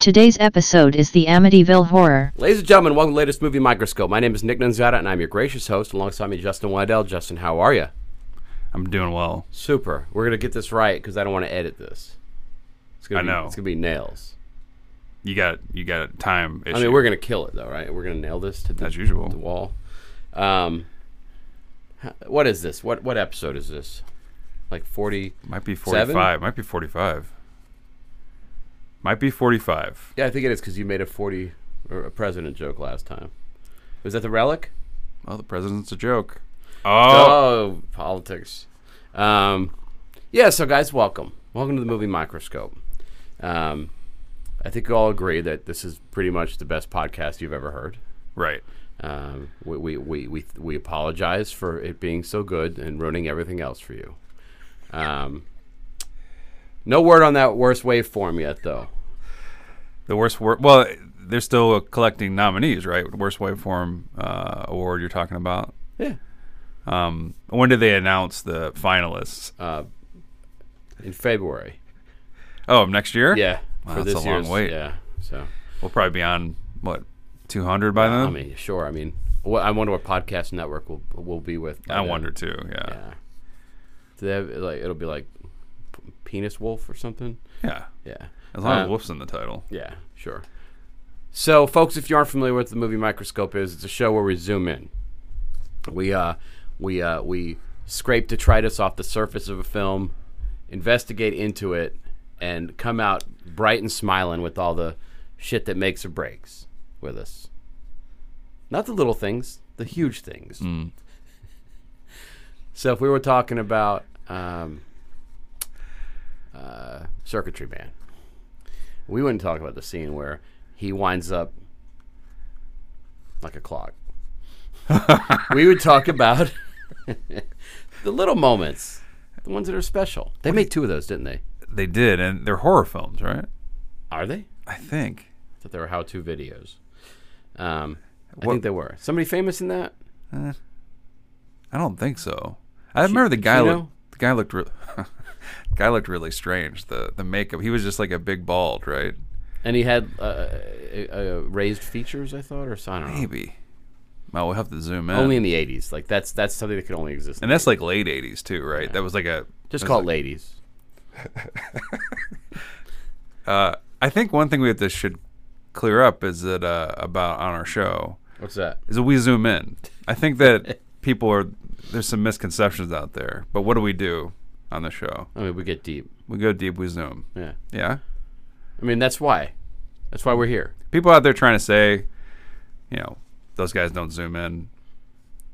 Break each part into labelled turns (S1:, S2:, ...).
S1: Today's episode is the Amityville Horror.
S2: Ladies and gentlemen, welcome to the latest movie microscope. My name is Nick Nunziata, and I'm your gracious host. Alongside me, Justin Waddell. Justin, how are you?
S3: I'm doing well.
S2: Super. We're gonna get this right because I don't want to edit this. It's gonna
S3: I
S2: be,
S3: know.
S2: It's gonna be nails.
S3: You got you got time issue.
S2: I mean, we're gonna kill it though, right? We're gonna nail this to the,
S3: As usual.
S2: the wall. Um, h- what is this? What what episode is this? Like forty?
S3: might be
S2: Seven?
S3: 45. Might be 45. Might be 45.
S2: Yeah, I think it is because you made a forty or a president joke last time. Was that the relic?
S3: Oh, the president's a joke. Oh,
S2: Oh, politics. Um, yeah, so guys, welcome. Welcome to the movie Microscope. Um, I think you all agree that this is pretty much the best podcast you've ever heard.
S3: right.
S2: Um, we, we, we, we, we apologize for it being so good and ruining everything else for you. Um, no word on that worst waveform yet, though.
S3: The worst word. Well, they're still collecting nominees, right? Worst waveform uh, award you're talking about.
S2: Yeah.
S3: Um, when did they announce the finalists?
S2: Uh, In February.
S3: oh, next year.
S2: Yeah.
S3: Wow, that's a long
S2: year's-
S3: wait.
S2: Yeah. So.
S3: We'll probably be on what 200 by then.
S2: I mean, sure. I mean, wha- I wonder what podcast network will will be with. by
S3: I
S2: then.
S3: wonder too. Yeah.
S2: Yeah. Do they have like it'll be like p- penis wolf or something?
S3: Yeah.
S2: Yeah.
S3: As long as
S2: Uh,
S3: Wolf's in the title.
S2: Yeah, sure. So, folks, if you aren't familiar with the movie Microscope is, it's a show where we zoom in. We uh, we uh, we scrape detritus off the surface of a film, investigate into it, and come out bright and smiling with all the shit that makes or breaks with us. Not the little things, the huge things. so, if we were talking about um, uh, circuitry man, we wouldn't talk about the scene where he winds up like a clock. we would talk about the little moments, the ones that are special. They made two of those, didn't they?
S3: They did, and they're horror films, right?
S2: Are they?
S3: I think.
S2: I thought they were how-to videos. Um, I
S3: What-
S2: think they were. Somebody famous in that?
S3: I don't think so. I remember the guy
S2: Chino?
S3: looked. The guy looked. Re- guy looked really strange. The the makeup. He was just like a big bald, right?
S2: And he had uh, uh, uh, raised features, I thought, or so- I don't know.
S3: Maybe. Well, we'll have to zoom in.
S2: Only in the '80s. Like that's that's something that could only exist.
S3: and that's like late '80s too, right? That was like a.
S2: Just
S3: that's
S2: call
S3: like-
S2: it ladies.
S3: I think one thing we have to should clear up is that uh, about on our show
S2: What's that?
S3: is that we zoom in. I think that people are there's some misconceptions out there, but what do we do on the show?
S2: I mean, we get deep.
S3: We go deep. We zoom.
S2: Yeah.
S3: Yeah.
S2: I mean, that's why. That's why we're here.
S3: people out there trying to say, you know, those guys don't zoom in.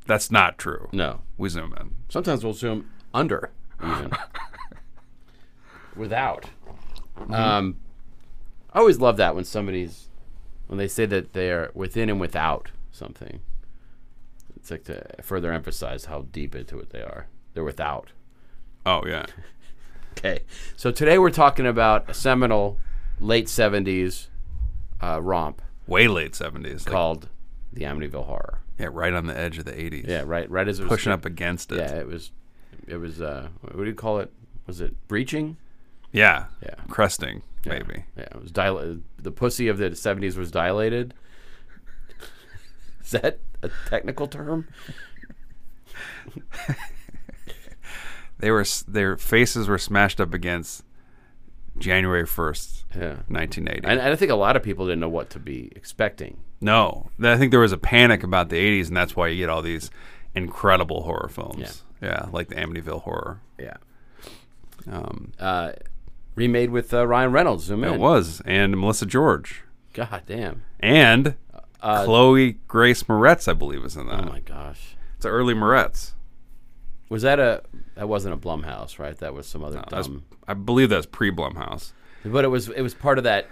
S3: That's not true.
S2: No,
S3: We zoom in.
S2: Sometimes we'll zoom under, even without. Um, I always love that when somebody's when they say that they are within and without something. It's like to further emphasize how deep into it they are. They're without.
S3: Oh yeah.
S2: Okay, so today we're talking about a seminal late '70s uh, romp
S3: Way late seventies. Like,
S2: called "The Amityville Horror."
S3: yeah, right on the edge of the eighties.
S2: Yeah, right. Right as it was
S3: Pushing up against it.
S2: Yeah, it was. It was. Uh, what do you call it? Was it breaching?
S3: Yeah.
S2: Yeah.
S3: Cresting, maybe.
S2: Yeah, it was dil- The pussy of the '70s was dilated. Is that a technical term?
S3: They were s- their faces were smashed up against January first,
S2: Yeah.
S3: nineteen eighty.
S2: And, and I think a lot of people didn't know what to be expecting.
S3: No, Th- I think there was a panic about the '80s, and that's why you get all these incredible horror films. Yeah, like the Amityville Horror.
S2: Yeah. Um, uh, remade with uh, Ryan Reynolds. Zoom in.
S3: It was, and Melissa George,
S2: God damn.
S3: and Chloe Grace Moretz, I believe, is in that.
S2: Uh, Oh my gosh.
S3: It's early Moretz.
S2: Was that a? That wasn't a Blumhouse, right? That was some other
S3: That's,
S2: dumb.
S3: I believe that's pre Blumhouse.
S2: But it was it was part of that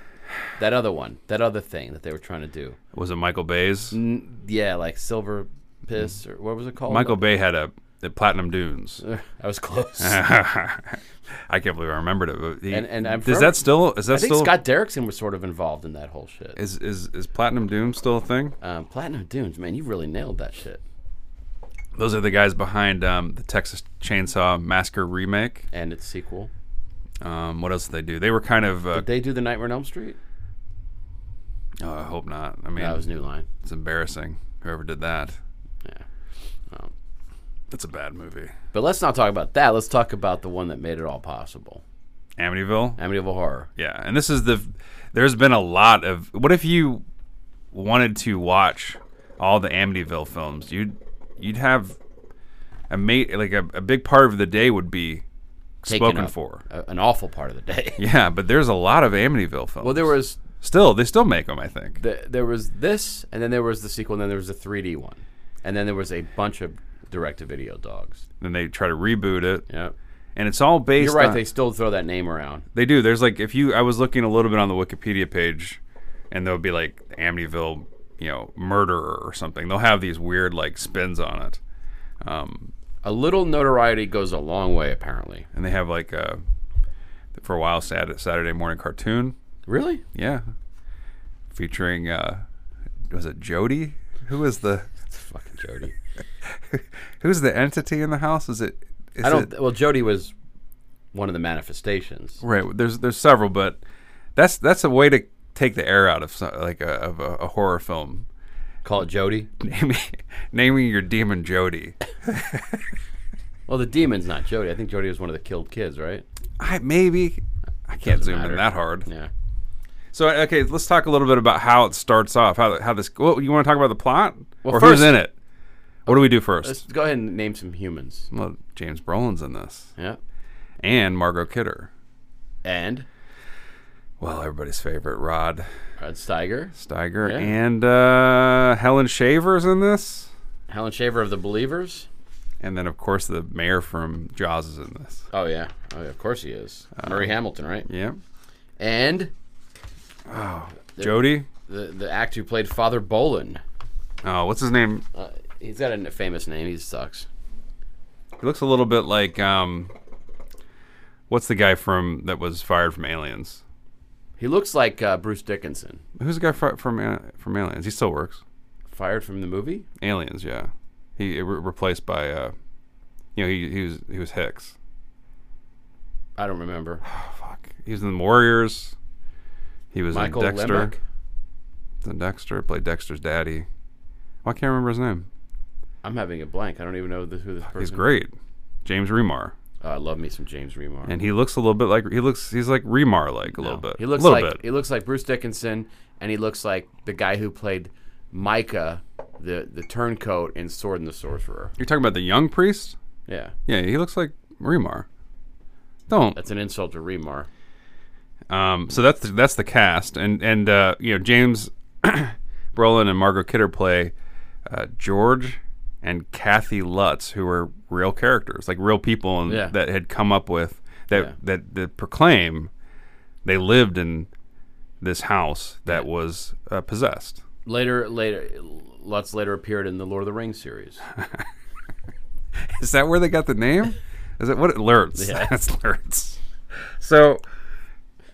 S2: that other one, that other thing that they were trying to do.
S3: Was it Michael Bay's?
S2: N- Yeah, like silver piss or what was it called?
S3: Mm. Michael Bay had a the Platinum Dunes.
S2: I was close.
S3: I can't believe I remembered it. But he,
S2: And- and I've
S3: is
S2: heard-
S3: that still is that
S2: I think
S3: still
S2: Scott Derrickson was sort of involved in that whole shit.
S3: is, is is Platinum Doom still a thing?
S2: um, Platinum Dunes, man, you really nailed that shit.
S3: Those are the guys behind um, the Texas Chainsaw Massacre remake.
S2: And its sequel.
S3: Um, what else did they do? They were kind of. Uh,
S2: Did they do the Nightmare on Elm Street?
S3: oh, I hope not. I mean,
S2: That was New Line.
S3: it's embarrassing. Whoever did that,
S2: Yeah.
S3: that's a bad movie.
S2: But let's not talk about that. Let's talk about the one that made it all possible.
S3: Amityville.
S2: Amityville Horror.
S3: Yeah, and this is the. There's been a lot of. What if you wanted to watch all the Amityville films? You'd you'd have a mate like a, a big part of the day would be
S2: Taken
S3: spoken
S2: up
S3: for.
S2: a- an awful part of the day.
S3: Yeah, but there's a lot of Amityville films.
S2: Well, there was
S3: still they still make them. I think.
S2: the, there was this, and then there was the sequel, and then there was the 3D one, and then there was a bunch of direct-to-video dogs.
S3: Then they try to reboot it,
S2: Yeah,
S3: and it's all based.
S2: you're right.
S3: on-
S2: They still throw that name around.
S3: They do. There's like if you I was looking a little bit on the Wikipedia page and there'll be like Amityville, you know, murderer or something. They'll have these weird like spins on it.
S2: A little notoriety goes a long way, apparently.
S3: And they have like a for a while Saturday, Saturday morning cartoon.
S2: Really?
S3: Yeah. Featuring uh was it Jody? Who is the
S2: Fucking Jody.
S3: who's the entity in the house? Is it is
S2: I don't.
S3: it,
S2: well, Jody was one of the manifestations.
S3: right there's there's several but that's that's a way to take the air out of so- like a, of a, a horror film
S2: Call it Jody.
S3: naming naming your demon Jody
S2: Well, the demon's not Jody. I think Jody was one of the killed kids, right?
S3: I maybe I can't zoom
S2: matter.
S3: in that hard.
S2: Yeah.
S3: So okay, let's talk a little bit about how it starts off. How how this? Well, you want to talk about the plot
S2: Well,
S3: or
S2: first-
S3: who's in it? What do we do 1st
S2: Let's go ahead and name some humans.
S3: well, James Brolin's in this,
S2: Yeah.
S3: and Margot Kidder.
S2: And
S3: Well, everybody's favorite Rod
S2: Rod Steiger,
S3: Steiger,
S2: Yeah.
S3: and uh, Helen Shaver's in this,
S2: Helen Shaver of the Believers.
S3: and then of course the mayor from Jaws is in this.
S2: Oh yeah. Oh, yeah, of course he is.
S3: Uh-huh.
S2: Murray Hamilton, right?
S3: Yeah,
S2: And
S3: Jody.
S2: the the actor who played Father Bolin.
S3: Oh, what's his name?
S2: Uh, he's got a famous name. He sucks.
S3: He looks a little bit like um, what's the guy from that was fired from Aliens?
S2: He looks like uh, Bruce Dickinson,
S3: Who's the guy fr- from uh, from Aliens? He still works.
S2: fired from the movie.
S3: Aliens, yeah. He re- replaced by, uh, you know, he, he was he was Hicks.
S2: I don't remember.
S3: Fuck. He was in the Warriors. He was
S2: Michael
S3: in Dexter.
S2: Lembeck.
S3: The Dexter played Dexter's daddy. Well, I can't remember his name.
S2: I'm having a blank. I don't even know this, who this person.
S3: He's great. James Remar,
S2: Oh, I love me some James Remar.
S3: and he looks a little bit like he looks. He's like Remar, like a little bit.
S2: He looks
S3: a little
S2: like
S3: bit.
S2: he looks like Bruce Dickinson, and he looks like the guy who played Micah, the the turncoat in Sword and the Sorcerer.
S3: You're talking about the young priest.
S2: Yeah,
S3: Yeah, he looks like Remar. Don't.
S2: that's an insult to Remar.
S3: Um, so that's the, that's the cast, and and uh, you know James Brolin and Margot Kidder play uh, George and Kathy Lutz, who are real characters, like real people, and
S2: Yeah.
S3: that had come up with that
S2: Yeah.
S3: that that proclaim they lived in this house that was uh, possessed.
S2: Later, later, Lutz later appeared in the Lord of the Rings series.
S3: Is that where they got the name? Is it what it Lurtz?
S2: Yeah.
S3: that's Lurtz. So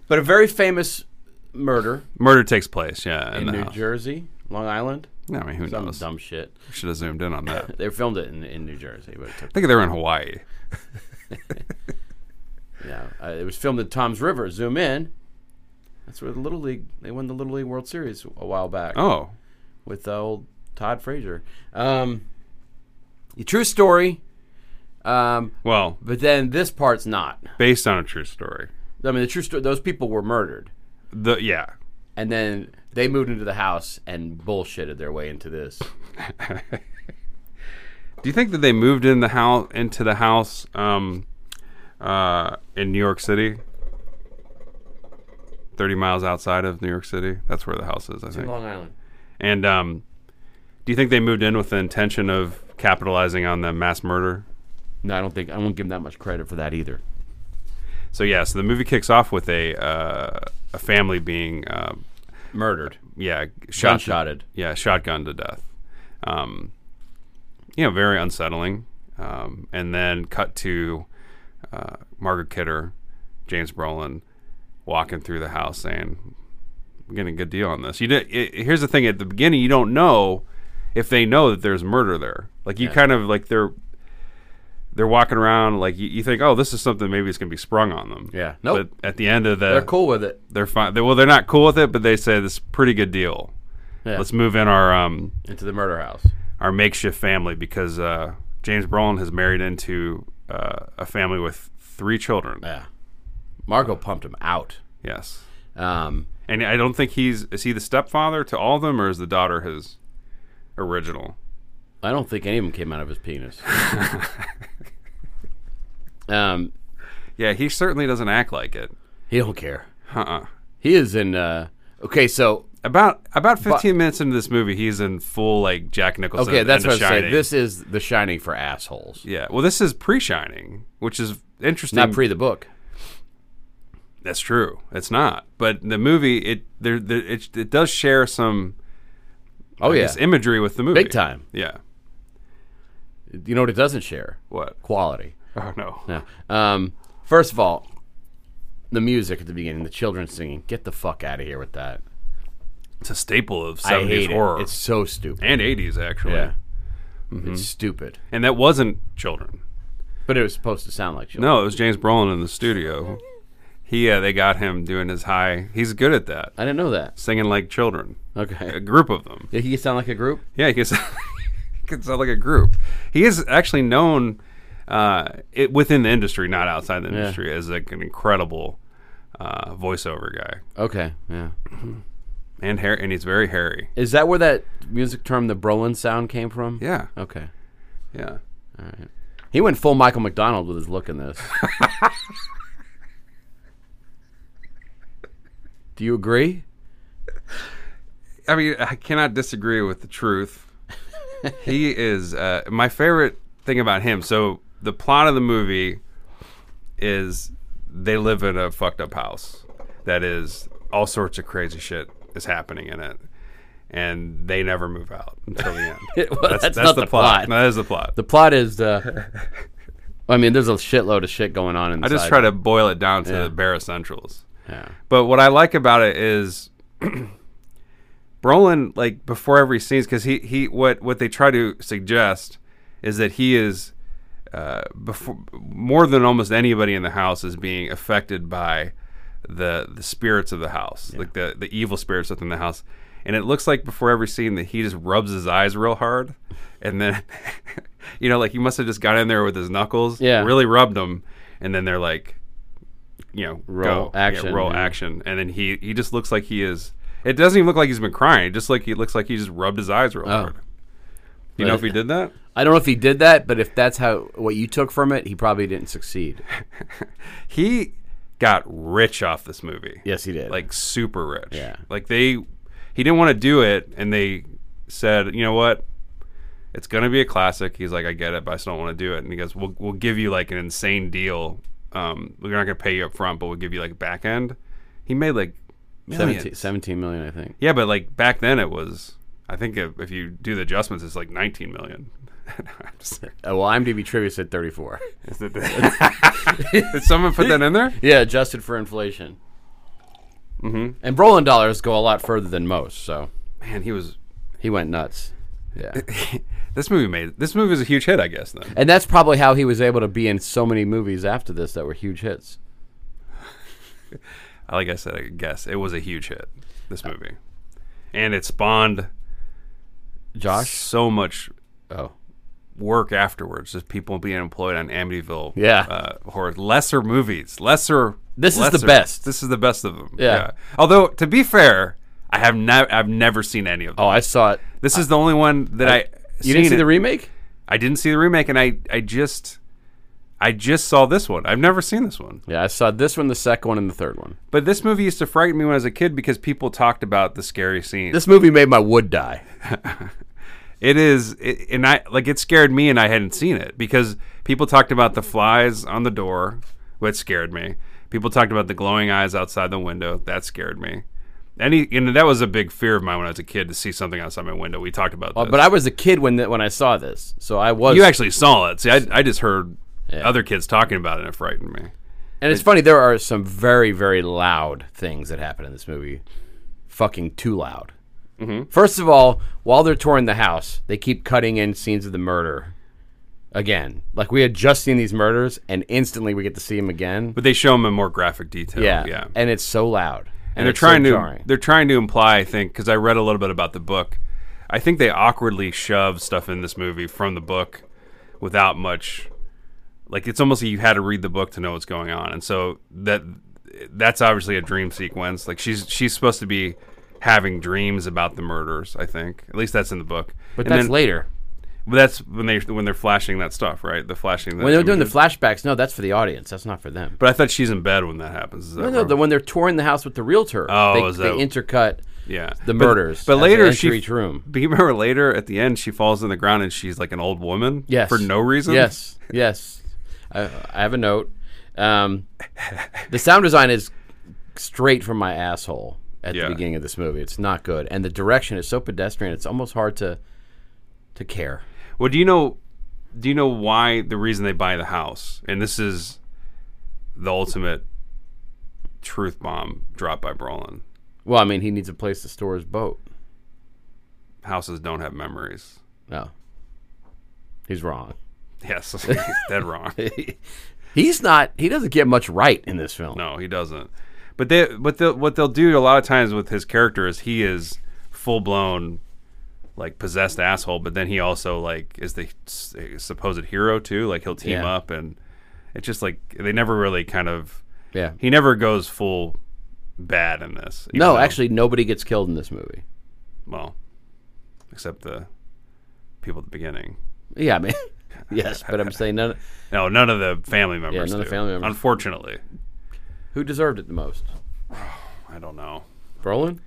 S2: But a very famous murder
S3: murder takes place, yeah, in,
S2: in
S3: the
S2: New
S3: house.
S2: Jersey, Long Island.
S3: I mean, who
S2: Some
S3: knows?
S2: dumb shit.
S3: Should have zoomed in on that.
S2: They filmed it in, in New Jersey, but it took
S3: I think they were in Hawaii.
S2: Yeah, uh, it was filmed in Tom's River. Zoom in. That's where the Little League they won the Little League World Series a while back
S3: Oh,
S2: with uh, old Todd Frazier. Um, the true story. Um,
S3: well,
S2: but then this part's not.
S3: based on a true story.
S2: I mean, the true story. Those people were murdered,
S3: The yeah,
S2: and then they moved into the house and bullshitted their way into this.
S3: Do you think that they moved in the house into the house um, uh, in New York City? Thirty miles outside of New York City. That's where the house is, I think.
S2: Long Island.
S3: And um, do you think they moved in with the intention of capitalizing on the mass murder?
S2: No, I don't think I won't give them that much credit for that either.
S3: So yeah, so the movie kicks off with a uh, a family being uh,
S2: Murdered,
S3: yeah shot to-
S2: gunshotted.
S3: yeah, shotgun to death. Um, you know, very unsettling. Um, and then cut to uh, Margaret Kidder, James Brolin, walking through the house saying, "We're getting a good deal on this." You did. It, here's the thing: at the beginning, you don't know if they know that there's murder there. Like you kind of like they're they're walking around like you, you think, "Oh, this is something maybe it's going to be sprung on them."
S2: Yeah. Nope.
S3: But at the end of the,
S2: They're cool with it.
S3: They're fine. They, well, they're not cool with it, but they say this is a pretty good deal.
S2: Yeah.
S3: Let's move in our um,
S2: into the murder house.
S3: our makeshift family because uh, James Brolin has married into uh, a family with three children.
S2: Yeah. Margot pumped him out.
S3: Yes,
S2: Um,
S3: and I don't think he's is he the stepfather to all of them, or is the daughter his original?
S2: I don't think any of them came out of his penis. um,
S3: Yeah, he certainly doesn't act like it.
S2: he don't care.
S3: Uh-uh.
S2: He is in. Uh, okay, so
S3: About about fifteen minutes into this movie, he's in full like Jack Nicholson.
S2: okay,
S3: and
S2: that's
S3: The
S2: what I
S3: Shining.
S2: say. This is The Shining for assholes.
S3: yeah. Well, this is pre-Shining, which is interesting.
S2: Not pre the book.
S3: That's true. It's not, but the movie it there, there it, it does share some
S2: Oh
S3: I
S2: yeah,
S3: guess, imagery with the movie
S2: big time.
S3: Yeah.
S2: You know what it doesn't share?
S3: What?
S2: Quality.
S3: Oh no.
S2: No. Um, first of all, the music at the beginning, the children singing. Get the fuck out of here with that.
S3: It's a staple of
S2: I
S3: seventies
S2: hate
S3: horror Mm-hmm.
S2: it. It's so stupid.
S3: and eighties actually.
S2: yeah. It's stupid.
S3: And that wasn't children.
S2: But it was supposed to sound like children.
S3: No, it was James Brolin in the studio. He uh, they got him doing his high. He's good at that,
S2: I didn't know that.
S3: singing like children, a
S2: Okay.
S3: group of them.
S2: Did he sound like a group?
S3: Yeah, he can sound, he can sound like a group. He is actually known uh, it, within the industry, not outside the industry, as like an incredible uh, voiceover guy.
S2: Okay. Yeah.
S3: And hair, and he's very hairy.
S2: Is that where that music term, the Brolin sound, came from?
S3: Yeah,
S2: Okay.
S3: yeah.
S2: He went full Michael McDonald with his look in this. Do you agree?
S3: I mean, I cannot disagree with the truth. he is uh, my favorite thing about him. So the plot of the movie is they live in a fucked up house that is all sorts of crazy shit is happening in it, and they never move out until the end.
S2: Well, that's not the plot.
S3: No, that is the plot.
S2: The plot is the. I mean, there's a shitload of shit going on inside.
S3: I just try to boil it down to the bare essentials.
S2: Yeah.
S3: But what I like about it is Brolin, like before every scene, because he he what what they try to suggest is that he is uh, before more than almost anybody in the house is being affected by the the spirits of the house, like the the evil spirits within the house. And it looks like before every scene that he just rubs his eyes real hard, and then you know, like he must have just got in there with his knuckles,
S2: Yeah.
S3: really rubbed them, and then they're like, you know,
S2: Roll
S3: go. Yeah,
S2: action,
S3: roll
S2: yeah.
S3: action, and then he he just looks like he is. It doesn't even look like he's been crying. Just like he looks like he just rubbed his eyes real hard. Do you know
S2: Oh. But-
S3: if he did that?
S2: I don't know if he did that, but if that's how what you took from it, he probably didn't succeed.
S3: He got rich off this movie.
S2: Yes, he did.
S3: like super rich.
S2: Yeah.
S3: like they he didn't want to do it, and they said, you know what? It's gonna be a classic. He's like, I get it, but I still don't want to do it. And he goes, we'll we'll give you like an insane deal. Um, we're not gonna pay you up front, but we'll give you like back end. He made like
S2: 17,
S3: millions.
S2: 17 million, I think.
S3: Yeah, but like back then it was. I think if, if you do the adjustments, it's like 19 million. I'm just-
S2: Oh, well, IMDb trivia said 34.
S3: is it- Did someone put that in there?
S2: Yeah, adjusted for inflation. Mm-hmm. And Brolin dollars go a lot further than most, so
S3: Man, he was.
S2: he went nuts. Yeah,
S3: This movie made this movie was a huge hit, I guess. Then
S2: and that's probably how he was able to be in so many movies after this that were huge hits.
S3: like I said, I guess it was a huge hit. This movie, and it spawned
S2: Josh.
S3: so much
S2: Oh,
S3: work afterwards. Just people being employed on Amityville.
S2: Yeah.
S3: Uh, horror lesser movies. Lesser.
S2: This is the
S3: lesser-
S2: best.
S3: This is the best of them.
S2: Yeah.
S3: Although to be fair, I have not. I've never seen any of them.
S2: oh, I saw it.
S3: this is the only one that I.
S2: You didn't
S3: seen
S2: see
S3: it.
S2: the remake?
S3: I didn't see the remake, and I. I just. I just saw this one. I've never seen this one.
S2: Yeah, I saw this one, the second one, and the third one.
S3: But this movie used to frighten me when I was a kid because people talked about the scary scenes.
S2: This movie made my wood die.
S3: It is, it, and I like it scared me, and I hadn't seen it because people talked about the flies on the door, which scared me. People talked about the glowing eyes outside the window, that scared me. Any, and that was a big fear of mine when I was a kid to see something outside my window. We talked about
S2: Uh,
S3: this,
S2: But I was a kid when th- when I saw this, so I was.
S3: you actually saw it. See, I, I just heard other kids talking about it, and it frightened me.
S2: and it's funny. There are some very very loud things that happen in this movie. Fucking too loud.
S3: Mm-hmm.
S2: First of all, while they're touring the house, they keep cutting in scenes of the murder. Again, like we had just seen these murders, and instantly we get to see them again.
S3: But they show them in more graphic detail.
S2: Yeah,
S3: yeah.
S2: and it's so loud.
S3: and they're
S2: it's so
S3: trying to
S2: jarring.
S3: they're trying to imply I think because I read a little bit about the book. I think they awkwardly shove stuff in this movie from the book without much like it's almost like you had to read the book to know what's going on. And so that that's obviously a dream sequence. Like she's she's supposed to be having dreams about the murders, I think. At least that's in the book.
S2: But
S3: And
S2: that's
S3: then-
S2: later.
S3: But that's when they when they're flashing that stuff, right? The flashing the
S2: When they're doing the
S3: images.
S2: flashbacks, no, that's for the audience. That's not for them.
S3: But I thought she's in bed when that happens. Is that
S2: No, no,
S3: wrong?
S2: the when they're touring the house with the realtor.
S3: Oh,
S2: they,
S3: is
S2: they
S3: that-
S2: intercut
S3: Yeah,
S2: the
S3: But-
S2: murders.
S3: But,
S2: as they
S3: later
S2: enter
S3: she.
S2: each room.
S3: But you remember later at the end she falls on the ground and she's like an old woman.
S2: Yes,
S3: For no reason.
S2: Yes, yes. I, I have a note. Um, the sound design is straight from my asshole at
S3: Yeah.
S2: the beginning of this movie. It's not good, and the direction is so pedestrian. It's almost hard to to care.
S3: Well, do you know? Do you know why the reason they buy the house? And this is the ultimate truth bomb dropped by Brolin.
S2: Well, I mean, he needs a place to store his boat.
S3: Houses don't have memories.
S2: No, he's wrong.
S3: Yes, he's dead wrong.
S2: He's not. He doesn't get much right in this film.
S3: No, he doesn't. But they, but they'll, what they'll do a lot of times with his character is he is full blown, like possessed asshole. But then he also like is the s- supposed hero too. Like he'll team
S2: Yeah.
S3: up, and it's just like they never really kind of.
S2: Yeah.
S3: He never goes full bad in this. even
S2: No,
S3: though-
S2: actually, nobody gets killed in this movie.
S3: well, except the people at the beginning.
S2: Yeah, I mean, yes, but I'm saying none.
S3: No, none of the family members.
S2: none of
S3: do,
S2: the family members.
S3: Unfortunately,
S2: Who deserved it the most?
S3: I don't know.
S2: Brolin?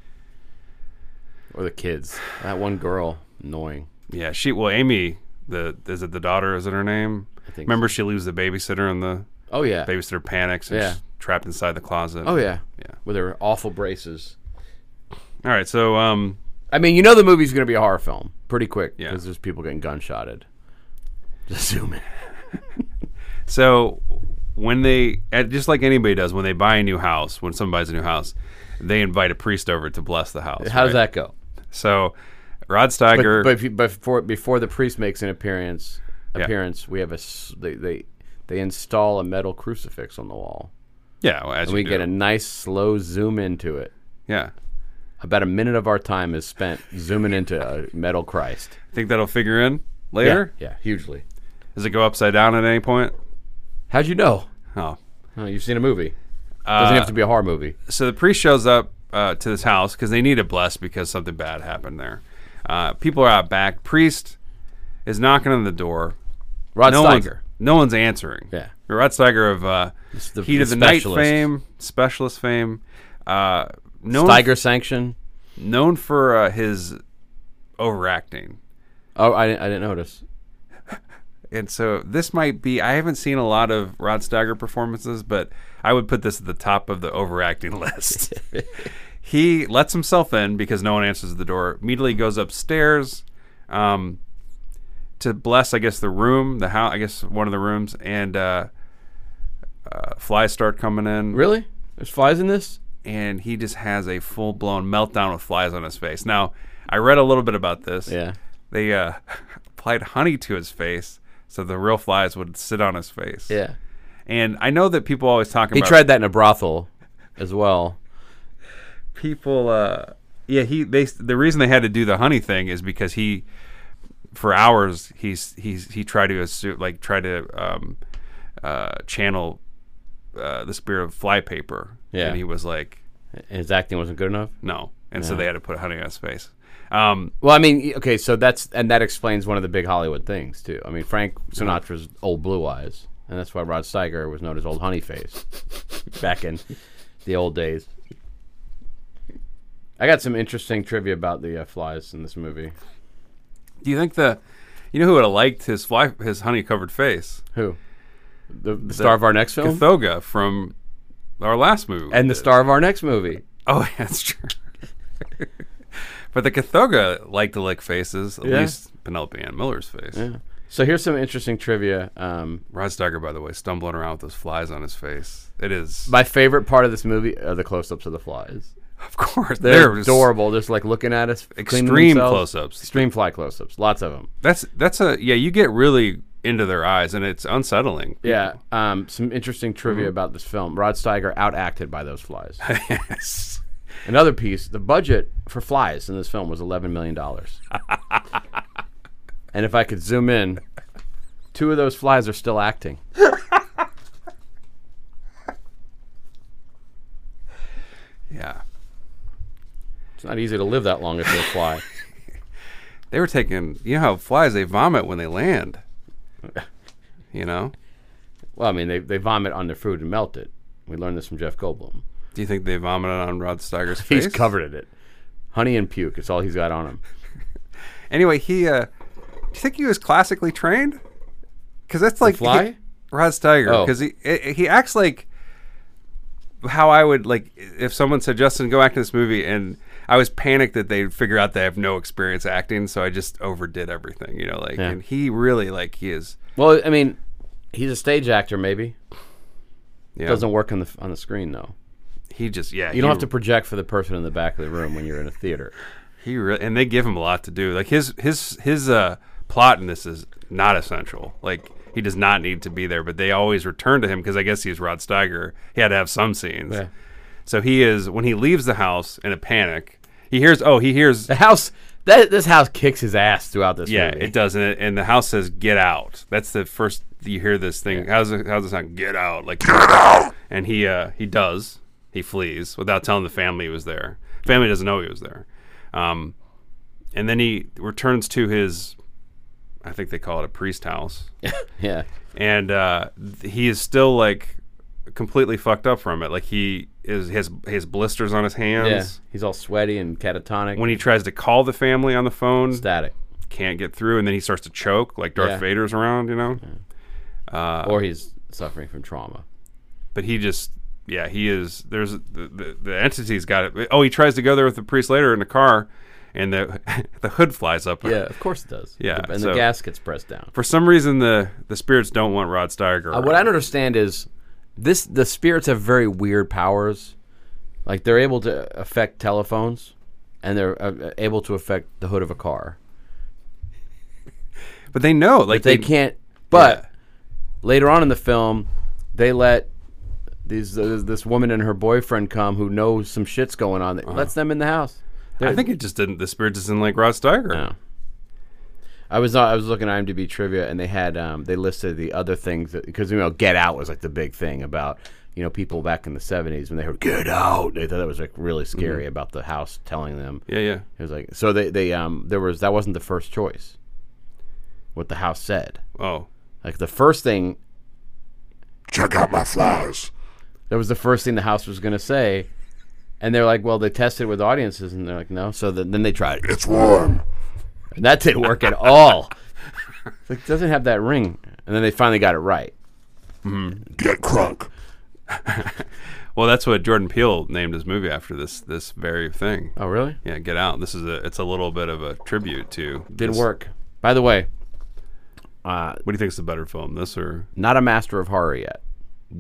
S2: Or the kids? That one girl, annoying.
S3: Yeah, she. Well, Amy, the is it the daughter? Is it her name? I
S2: think
S3: Remember, she leaves the babysitter, and the
S2: Oh yeah.
S3: babysitter panics and
S2: Yeah.
S3: she's trapped inside the closet.
S2: Oh yeah.
S3: Yeah.
S2: With her awful braces.
S3: All right, so um,
S2: I mean, you know the movie's gonna be a horror film pretty quick
S3: Yeah.
S2: because there's people getting gunshotted. Just zoom in.
S3: so when they, and just like anybody does, when they buy a new house, when somebody buys a new house, they invite a priest over to bless the house.
S2: How does
S3: right?
S2: that go?
S3: So, Rod
S2: But,
S3: Steiger.
S2: but, if you- but before before the priest makes an appearance,
S3: Yeah.
S2: appearance, we have a s- they, they they install a metal crucifix on the wall.
S3: yeah, well,
S2: And
S3: as you
S2: we
S3: do.
S2: get a nice slow zoom into it.
S3: yeah.
S2: About a minute of our time is spent zooming into a metal Christ.
S3: Think that'll figure in later?
S2: Yeah, yeah, hugely.
S3: Does it go upside down at any point?
S2: How'd you know?
S3: Oh,
S2: Oh, you've seen a movie. Doesn't have to be a horror movie.
S3: so the priest shows up uh, to this house because they need a bless because something bad happened there. Uh, people are out back. Priest is knocking on the door.
S2: Rod
S3: no one's,
S2: Steiger.
S3: no one's answering.
S2: Yeah.
S3: Rod Steiger of uh,
S2: It's the-
S3: Heat
S2: the
S3: of the Night
S2: specialist.
S3: fame, specialist fame, uh, known
S2: Steiger sanction.
S3: known for uh, his overacting.
S2: Oh, I, didn't- I didn't notice.
S3: And so this might be I haven't seen a lot of Rod Steiger performances, but I would put this at the top of the overacting list. he lets himself in because no one answers the door. Immediately goes upstairs um, to bless, I guess, the room, the house, I guess one of the rooms, and uh, uh, flies start coming in.
S2: Really? There's flies in this?
S3: and he just has a full blown meltdown with flies on his face. Now, I read a little bit about this.
S2: Yeah.
S3: They uh, applied honey to his face so the real flies would sit on his face.
S2: Yeah.
S3: And I know that people always talk
S2: He
S3: about
S2: tried that in a brothel as well.
S3: people uh yeah he they the reason they had to do the honey thing is because he for hours he's he's he tried to assume like try to um uh channel uh the spirit of flypaper
S2: Yeah.
S3: and he was like
S2: His acting wasn't good enough.
S3: no and so they had to put honey on his face um
S2: Well, I mean, y- okay, so that's and that explains one of the big Hollywood things too. I mean, Frank Sinatra's old blue eyes, and that's why Rod Steiger was known as Old Honey Face back in the old days. I got some interesting trivia about the uh, flies in this movie.
S3: do you think the you know who would have liked his fly his honey covered face
S2: Who? The, the star of our next film
S3: Kathoga from our last movie
S2: and the star of our next movie.
S3: Oh, yeah, that's true. but the Kathoga like to lick faces, at
S2: Yeah.
S3: least Penelope Ann Miller's face.
S2: So here's some interesting trivia. Um,
S3: Rod Steiger, by the way, stumbling around with those flies on his face. It is,
S2: my favorite part of this movie are the close-ups of the flies.
S3: of course,
S2: They're,
S3: just-
S2: adorable, just like looking at us. cleaning
S3: Extreme
S2: themselves.
S3: close-ups.
S2: Extreme fly close-ups. Lots of them.
S3: That's that's a yeah. You get really into their eyes, and it's unsettling.
S2: Yeah. Um, some interesting trivia about this film. Rod Steiger outacted by those flies.
S3: yes.
S2: Another piece, the budget for flies in this film was $11 million. and if I could zoom in, two of those flies are still acting.
S3: Yeah.
S2: It's not easy to live that long if you're a fly.
S3: They were taking. You know how flies they vomit when they land. You know.
S2: Well, I mean, they, they vomit on their food and melt it. We learned this from Jeff Goldblum.
S3: Do you think they vomited on Rod Steiger's face?
S2: He's covered in it. Honey and puke. It's all he's got on him.
S3: Anyway, he. uh Do you think he was classically trained? Because that's like
S2: fly?
S3: he- Rod Steiger.
S2: Oh.
S3: Because he i- he acts like how I would like if someone said Justin go act in this movie, and I was panicked that they'd figure out they have no experience acting, so I just overdid everything. You know, like
S2: Yeah.
S3: and he really like he is.
S2: Well, I mean, he's a stage actor, maybe.
S3: You know,
S2: Doesn't work on the on the screen though.
S3: he just yeah.
S2: You don't have to project for the person in the back of the room when you're in a theater.
S3: He really and they give him a lot to do. Like his his his uh plot in this is not essential. Like he does not need to be there, but they always return to him because I guess he's Rod Steiger. He had to have some scenes.
S2: Yeah.
S3: So he is when he leaves the house in a panic. He hears oh he hears
S2: The house that this house kicks his ass throughout this
S3: yeah
S2: movie.
S3: it does and, it- and the house says get out. That's the first you hear this thing. How's it, how's it sound? Get out like get out. And he uh he does he flees without telling the family he was there. Family doesn't know he was there. Um, and then he returns to his, I think they call it a priest house,
S2: yeah.
S3: and uh, th- he is still like completely fucked up from it. Like he is his his blisters on his
S2: Yeah.
S3: hands.
S2: He's all sweaty and catatonic.
S3: When he tries to call the family on the phone,
S2: static.
S3: can't get through, and then he starts to choke like Darth
S2: Yeah.
S3: Vader's around, you know. Uh,
S2: or he's suffering from trauma.
S3: But he just, yeah, he is. There's the, the, the entity's got it. Oh, he tries to go there with the priest later in the car, and the the hood flies up.
S2: Yeah, of course it does.
S3: Yeah,
S2: The- and
S3: so-
S2: the gas gets pressed down.
S3: For some reason, the the spirits don't want Rod Steiger.
S2: Uh, what I don't understand is this: the spirits have very weird powers. Like they're able to affect telephones, and they're uh, able to affect the hood of a car.
S3: But they know, like
S2: They can't. But later on in the film, they let these uh, this woman and her boyfriend come who knows some shit's going on. That lets them in the house.
S3: I think it just didn't. The spirit just didn't like Rod Steiger.
S2: No. I was uh, I was looking at IMDb trivia, and they had um, they listed the other things because you know Get Out was like the big thing about you know people back in the seventies when they heard Get Out, they thought that was like really scary about the house telling them
S3: Yeah, yeah.
S2: it was like so they they um there was that wasn't the first choice what the house said
S3: Oh,
S2: like the first thing
S4: Check out my flies.
S2: that was the first thing the house was gonna say, and they're like well they tested it with audiences and they're like no so then then they tried it
S4: It's warm.
S2: And that didn't work at all. It's like, it doesn't have that ring. And then they finally got it right.
S4: Get crunk.
S3: well, that's what Jordan Peele named his movie after this this very thing.
S2: Oh, really?
S3: Yeah, Get Out. This is a it's a little bit of a tribute to.
S2: Didn't
S3: this.
S2: work. By the way,
S3: What do you think is the better film, this or
S2: not a master of horror yet.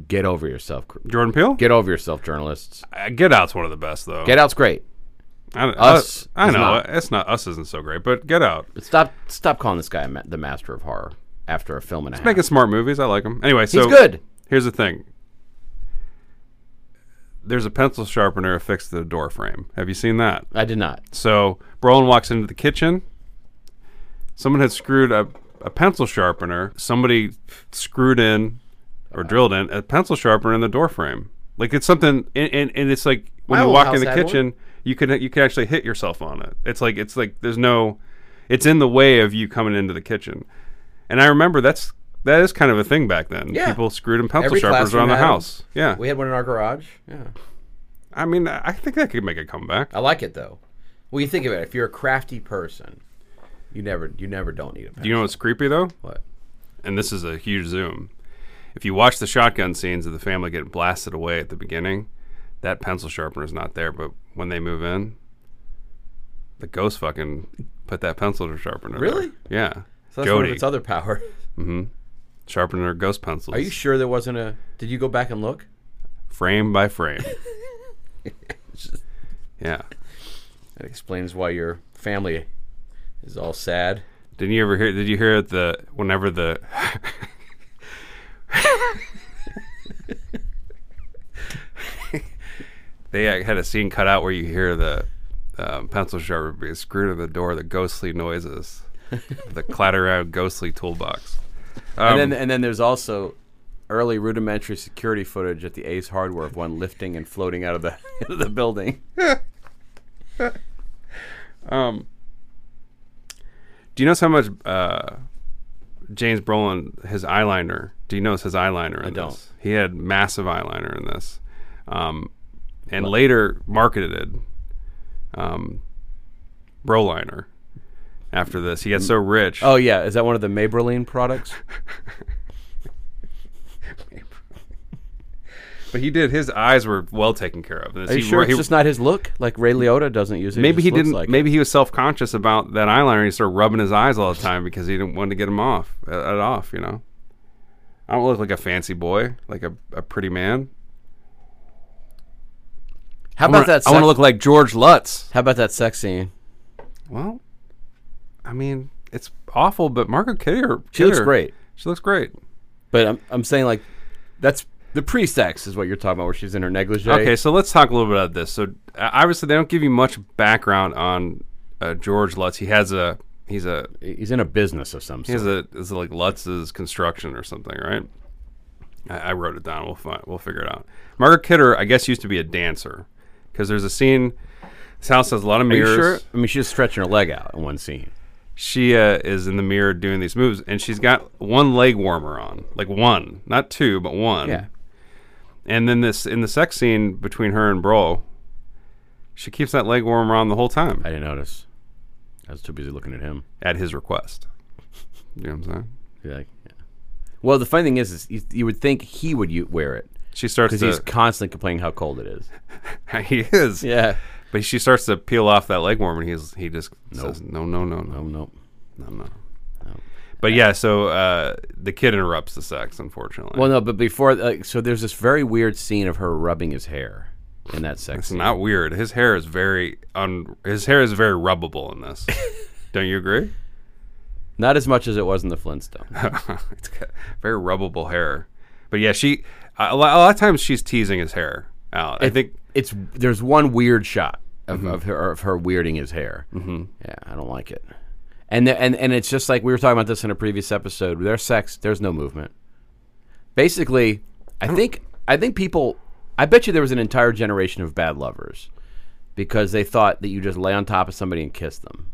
S2: Get over yourself. cr-
S3: Jordan Peele?
S2: Get over yourself, journalists.
S3: Uh, Get Out's one of the best though.
S2: Get Out's great.
S3: I,
S2: Us
S3: I, I
S2: is
S3: know
S2: not.
S3: it's not us isn't so great, but Get Out.
S2: But stop, stop calling this guy a ma- the master of horror after a film and a half.
S3: Making smart movies, I like him. Anyway, so
S2: He's good.
S3: Here's the thing. there's a pencil sharpener affixed to the door frame. Have you seen that?
S2: I did not.
S3: So Brolin walks into the kitchen. Someone had screwed a, a pencil sharpener. Somebody screwed in or drilled in a pencil sharpener in the door frame. Like it's something, and, and, and it's like when
S2: My
S3: you
S2: old
S3: walk
S2: house
S3: in the
S2: had one.
S3: kitchen, you can you can actually hit yourself on it. It's like it's like there's no, it's in the way of you coming into the kitchen. And I remember that's that is kind of a thing back then.
S2: Yeah.
S3: People screwed in pencil
S2: Every
S3: sharpeners
S2: classroom
S3: around the
S2: had 'em.
S3: house. Yeah,
S2: We had one in our garage. Yeah.
S3: I mean I think that could make a comeback.
S2: I like it though. Well, you think about it. If you're a crafty person, you never you never don't need a pencil.
S3: Do you know what's creepy though?
S2: What?
S3: and this is a huge zoom. If you watch the shotgun scenes of the family getting blasted away at the beginning, that pencil sharpener is not there. But when they move in, the ghost fucking put that pencil sharpener. there.
S2: Really?
S3: Yeah.
S2: So that's one of
S3: Jody
S2: its other power.
S3: sharpening her ghost pencils.
S2: Are you sure there wasn't a? Did you go back and look?
S3: frame by frame? yeah.
S2: That explains why your family is all sad.
S3: Didn't you ever hear? Did you hear the whenever the they uh, had a scene cut out where you hear the um, pencil sharpener being screwed to the door, the ghostly noises, the clatter out ghostly toolbox. Um,
S2: And then and then there's also early rudimentary security footage at the Ace Hardware of one lifting and floating out of the out of the building.
S3: do you notice how much uh, James Brolin his eyeliner? Do you notice his eyeliner? In I
S2: don't.
S3: This? He had massive eyeliner in this, um, and later marketed it, um, Broliner. After this, he got so rich.
S2: Oh yeah, is that one of the Maybelline products?
S3: but he did. His eyes were well taken care of.
S2: Are you
S3: He-
S2: sure
S3: he-
S2: it's just not his look? Like Ray Liotta doesn't use it.
S3: maybe
S2: just
S3: he
S2: looks
S3: didn't.
S2: Like it.
S3: maybe he was self conscious about that eyeliner. and He started rubbing his eyes all the time because he didn't want to get them off. It off, you know. I don't look like a fancy boy, like a, a pretty man.
S2: How
S3: I wanna-
S2: about that?
S3: I want
S2: sex-
S3: to look like George Lutz.
S2: How about that sex scene?
S3: Well, I mean, it's awful, but Margaret Kidder,
S2: She looks
S3: Kidder-
S2: great.
S3: She looks great.
S2: But I'm, I'm saying like that's the pre-sex is what you're talking about, where she's in her negligee.
S3: Okay, so let's talk a little bit about this. So uh, obviously, they don't give you much background on uh, George Lutz. He has a he's a
S2: he's in a business of some
S3: he
S2: sort.
S3: has a is it like Lutz's construction or something, right? I, I wrote it down. We'll find we'll figure it out. Margaret Kidder, I guess, used to be a dancer because there's a scene. This house has a lot of
S2: Are you
S3: mirrors.
S2: sure? I mean, she's stretching her leg out in one scene.
S3: she uh, is in the mirror doing these moves, and she's got one leg warmer on, like one, not two, but one.
S2: Yeah.
S3: And then this in the sex scene between her and Bro, she keeps that leg warmer on the whole time
S2: I didn't notice. I was too busy looking at him.
S3: at his request. You know what I'm saying?
S2: You're like, yeah. Well, the funny thing is, is you, you would think he would u- wear it
S3: She starts
S2: because
S3: to.
S2: he's constantly complaining how cold it is.
S3: he is.
S2: Yeah.
S3: But she starts to peel off that leg warmer, and he's he just says no, no, no,
S2: Oh
S3: no,
S2: no.
S3: no, no. But yeah, so uh, the kid interrupts the sex, unfortunately.
S2: Well, no, but before, like, so there's this very weird scene of her rubbing his hair in that sex
S3: It's
S2: scene.
S3: not weird. His hair is very un. His hair is very rubbable in this. Don't you agree?
S2: Not as much as it was in the Flintstones.
S3: it's got very rubbable hair. But yeah, she a lot, a lot of times she's teasing his hair out. I think
S2: it's there's one weird shot of, of her of her weirding his hair. Mm-hmm. Yeah, I don't like it. And the, and and it's just like we were talking about this in a previous episode. There's sex. There's no movement. Basically, I think I think people. I bet you there was an entire generation of bad lovers because they thought that you just lay on top of somebody and kiss them.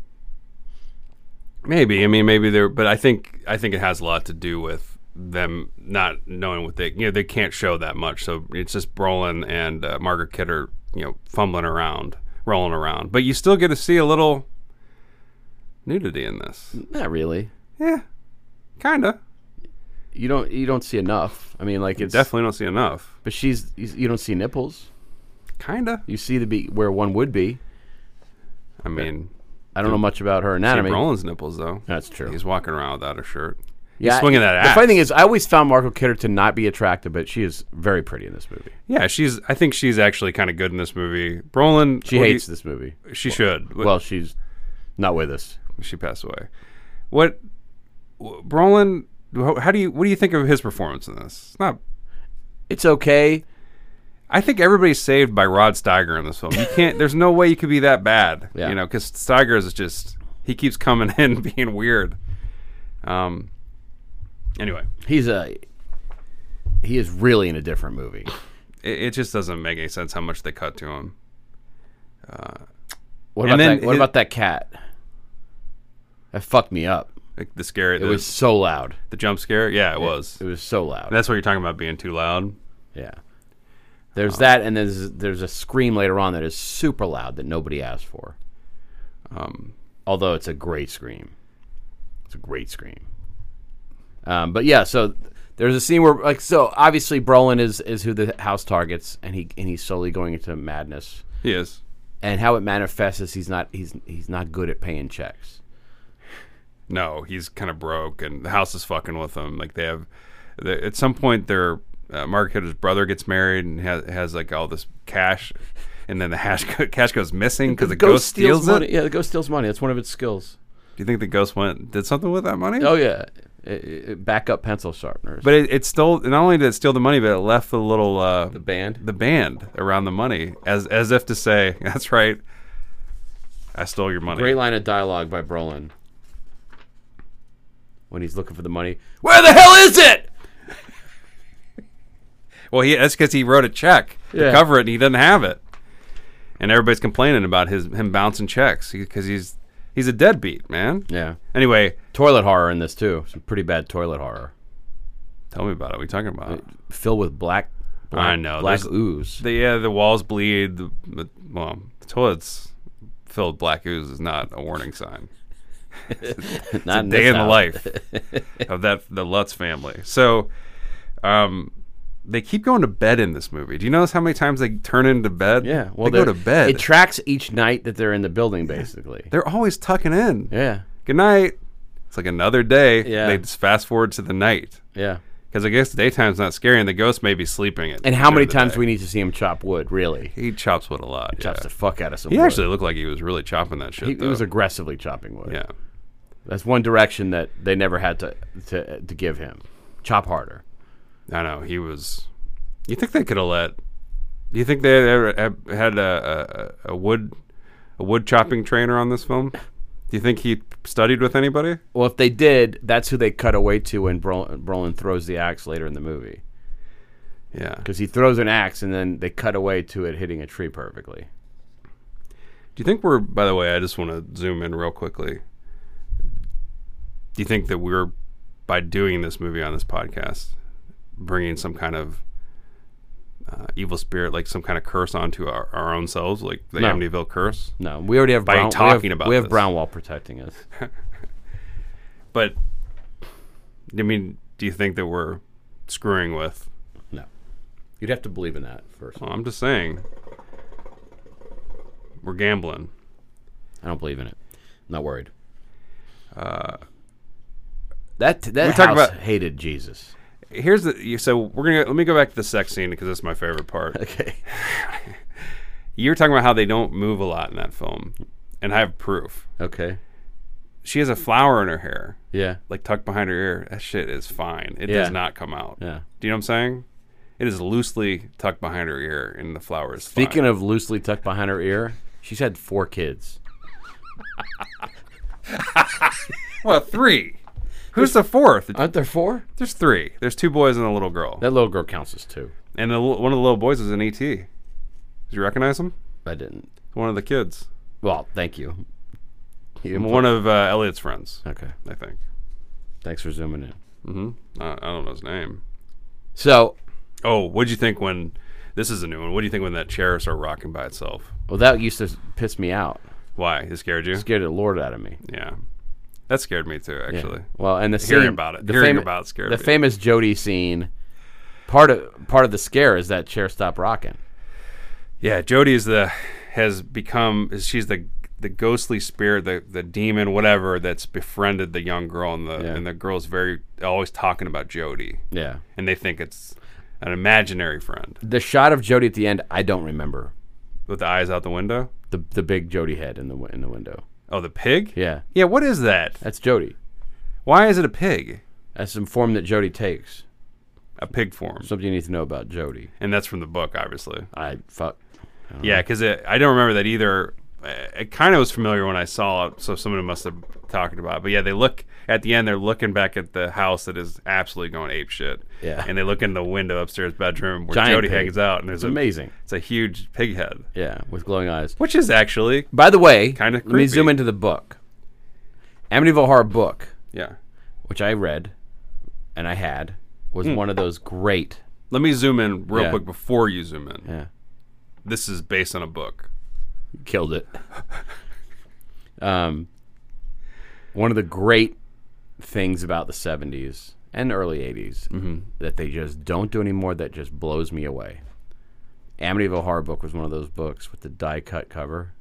S3: maybe. I mean, maybe they're. But I think I think it has a lot to do with them not knowing what they you know they can't show that much. So it's just Brolin and uh, Margaret Kidder you know fumbling around, rolling around. But you still get to see a little nudity in this.
S2: Not really.
S3: Yeah, kinda.
S2: You don't you don't see enough. I mean, like it's
S3: Definitely don't see enough.
S2: But she's you don't see nipples.
S3: Kinda.
S2: You see the be where one would be.
S3: I mean,
S2: I don't know much about her
S3: see
S2: anatomy.
S3: Brolin's nipples though.
S2: That's true.
S3: He's walking around without a shirt.
S2: Yeah,
S3: swinging that
S2: The
S3: axe.
S2: funny thing is, I always found Margot Kidder to not be attractive, but she is very pretty in this movie.
S3: Yeah, she's. I think she's actually kind of good in this movie. Brolin.
S2: She
S3: what do
S2: hates
S3: you-
S2: this movie.
S3: She should. Well,
S2: Well, she's not with us.
S3: she passed away. What? w- Brolin. wh- How do you? What do you think of his performance in this? It's Not.
S2: It's okay.
S3: I think everybody's saved by Rod Steiger in this film. You can't. there's no way you could be that bad.
S2: Yeah.
S3: You know, because Steiger is just he keeps coming in being weird. Um. Anyway,
S2: He's a he is really in a different movie.
S3: it, it just doesn't make any sense how much they cut to him.
S2: What
S3: And
S2: about
S3: then
S2: that? What
S3: his-
S2: about that cat? That fucked me up.
S3: Like the scare,
S2: It
S3: the,
S2: was so loud.
S3: the jump scare. Yeah, it was.
S2: It was so loud.
S3: That's what you're talking about being too loud.
S2: yeah. There's that, and there's there's a scream later on that is super loud that nobody asked for. Um, although it's a great scream. It's a great scream. Um, but yeah, so there's a scene where like so obviously Brolin is is who the house targets, and he and he's slowly going into madness.
S3: He is.
S2: and how it manifests is he's not he's he's not good at paying checks.
S3: No, he's kind of broke, and the house is fucking with him. Like they have, they, at some point, their uh, Mark Hitter's brother gets married and has, has like all this cash, and then the hash go, cash goes missing because the, ghost, steals,
S2: money.
S3: it.
S2: Yeah, the ghost steals money. That's one of its skills.
S3: Do you think the ghost went did something with that money?
S2: Oh yeah, it, it, backup pencil sharpeners.
S3: But it, it stole. Not only did it steal the money, but it left the little uh,
S2: the band.
S3: the band around the money as as if to say, "That's right, I stole your money."
S2: Great line of dialogue by Brolin when he's looking for the money. Where the hell is it?
S3: Well, he, that's because he wrote a check
S2: Yeah.
S3: to cover it, and he doesn't have it. And everybody's complaining about his him bouncing checks because he's he's a deadbeat man.
S2: Yeah,
S3: Anyway,
S2: toilet horror in this too. Some pretty bad toilet horror.
S3: tell me about it. What are you talking about?
S2: Filled with black. black
S3: I know,
S2: Black
S3: there's-
S2: ooze.
S3: The yeah, the walls bleed. The, the well, the toilets filled with black ooze is not a warning sign.
S2: Not
S3: a
S2: in
S3: day
S2: this
S3: in the
S2: house.
S3: life of that the Lutz family. So, um, they keep going to bed in this movie. Do you notice how many times they turn into bed?
S2: Yeah. Well,
S3: they go
S2: they're-
S3: to bed.
S2: It tracks each night that they're in the building, basically.
S3: They're always tucking in.
S2: Yeah.
S3: Good night. It's like another day.
S2: Yeah.
S3: They just fast forward to the night
S2: Yeah.
S3: because I guess the daytime's not scary, and the ghost may be sleeping. At
S2: And how many times
S3: do
S2: we need to see him chop wood? Really,
S3: He chops wood a lot.
S2: chops the
S3: yeah.
S2: fuck out of some.
S3: He
S2: wood.
S3: actually looked like he was really chopping that shit.
S2: he, he
S3: though.
S2: was aggressively chopping wood.
S3: yeah.
S2: that's one direction that they never had to to to give him. Chop harder.
S3: I know he was. You think they could have let? Do you think they ever have- had a, a a wood a wood chopping trainer on this film? Do you think he studied with anybody?
S2: Well, if they did, that's who they cut away to when Brolin, Brolin throws the axe later in the movie
S3: Yeah. Do
S2: because he throws an axe and then they cut away to it hitting a tree perfectly.
S3: you think we're? By the way, I just want to zoom in real quickly. Do you think that we're by doing this movie on this podcast, bringing some kind of uh, evil spirit, like some kind of curse onto our, our own selves, like the
S2: No.
S3: Amityville curse?
S2: No, we already have
S3: By
S2: brown, we
S3: talking
S2: have,
S3: about
S2: we have
S3: this.
S2: brown wall protecting us.
S3: But I mean, do you think that we're screwing with?
S2: No, you'd have to believe in that first.
S3: Well, I'm just saying, we're gambling.
S2: I don't believe in it. I'm not worried. Uh, that that
S3: talked
S2: house
S3: about-
S2: hated Jesus.
S3: Here's the you- so we're gonna let me go back to the sex scene because that's my favorite part.
S2: Okay.
S3: You were talking about how they don't move a lot in that film, and I have proof.
S2: Okay.
S3: She has a flower in her hair,
S2: Yeah.
S3: like tucked behind her ear. That shit is fine. It
S2: Yeah.
S3: does not come out.
S2: Yeah.
S3: Do you know what I'm saying? It is loosely tucked behind her ear, and the flower is fine.
S2: Speaking of loosely tucked behind her ear, she's had four kids.
S3: well, three. Who's the fourth?
S2: Aren't there four?
S3: There's three. There's two boys and a little girl.
S2: That little girl counts as two.
S3: And the, l- one of the little boys is an ET. Did you recognize him?
S2: I didn't.
S3: One of the kids.
S2: Well, thank you. You impl-
S3: One of uh, Elliot's friends,
S2: okay.
S3: I think.
S2: Thanks for zooming in.
S3: Uh, I don't know his name.
S2: So,
S3: Oh, what'd you think when this is a new one? What do you think when that chair started rocking by itself?
S2: well, that used to piss me out.
S3: Why? It scared you?
S2: Scared the Lord out of me.
S3: yeah. That scared me too,
S2: Yeah.
S3: actually.
S2: Well, and the
S3: Hearing
S2: scene-
S3: about it-
S2: the
S3: hearing about it scared
S2: the
S3: me.
S2: famous Jody scene. Part of part of the scare is that chair stopped rocking.
S3: Yeah, Jody is the has become is she's the the ghostly spirit, the the demon, whatever that's befriended the young girl, and the
S2: Yeah.
S3: and the girl's very always talking about Jody,
S2: Yeah.
S3: and they think it's an imaginary friend
S2: The shot of Jody at the end, I don't remember.
S3: with the eyes out the window.
S2: The the big Jody head in the wi- in the window.
S3: Oh, the pig?
S2: Yeah.
S3: Yeah, what is that?
S2: That's Jody.
S3: Why is it a pig?
S2: That's some form that Jody takes.
S3: a pig form,
S2: Something you need to know about Jody.
S3: and that's from the book, obviously.
S2: I fuck.
S3: Yeah, because I don't remember that either. Uh, It kind of was familiar when I saw it, so someone must have talked about it. But yeah, they look at the end. They're looking back at the house that is absolutely going ape shit.
S2: Yeah.
S3: and they look in the window upstairs bedroom where
S2: Giant
S3: Jody
S2: pig.
S3: hangs out, and there's
S2: It's
S3: a,
S2: amazing.
S3: It's a huge pig head,
S2: Yeah, with glowing eyes.
S3: which is actually
S2: By the way,
S3: Kinda
S2: let me zoom
S3: creepy.
S2: into the book. Amityville Horror book,
S3: yeah.
S2: which I read and I had, was
S3: Hmm.
S2: one of those great.
S3: Let me zoom in real
S2: Yeah.
S3: quick before you zoom in.
S2: Yeah.
S3: This is based on a book.
S2: killed it. um, one of the great things about the 70s and early 80s
S3: Mm-hmm.
S2: that they just don't do anymore that just blows me away. Amityville Horror Book was one of those books with the die cut cover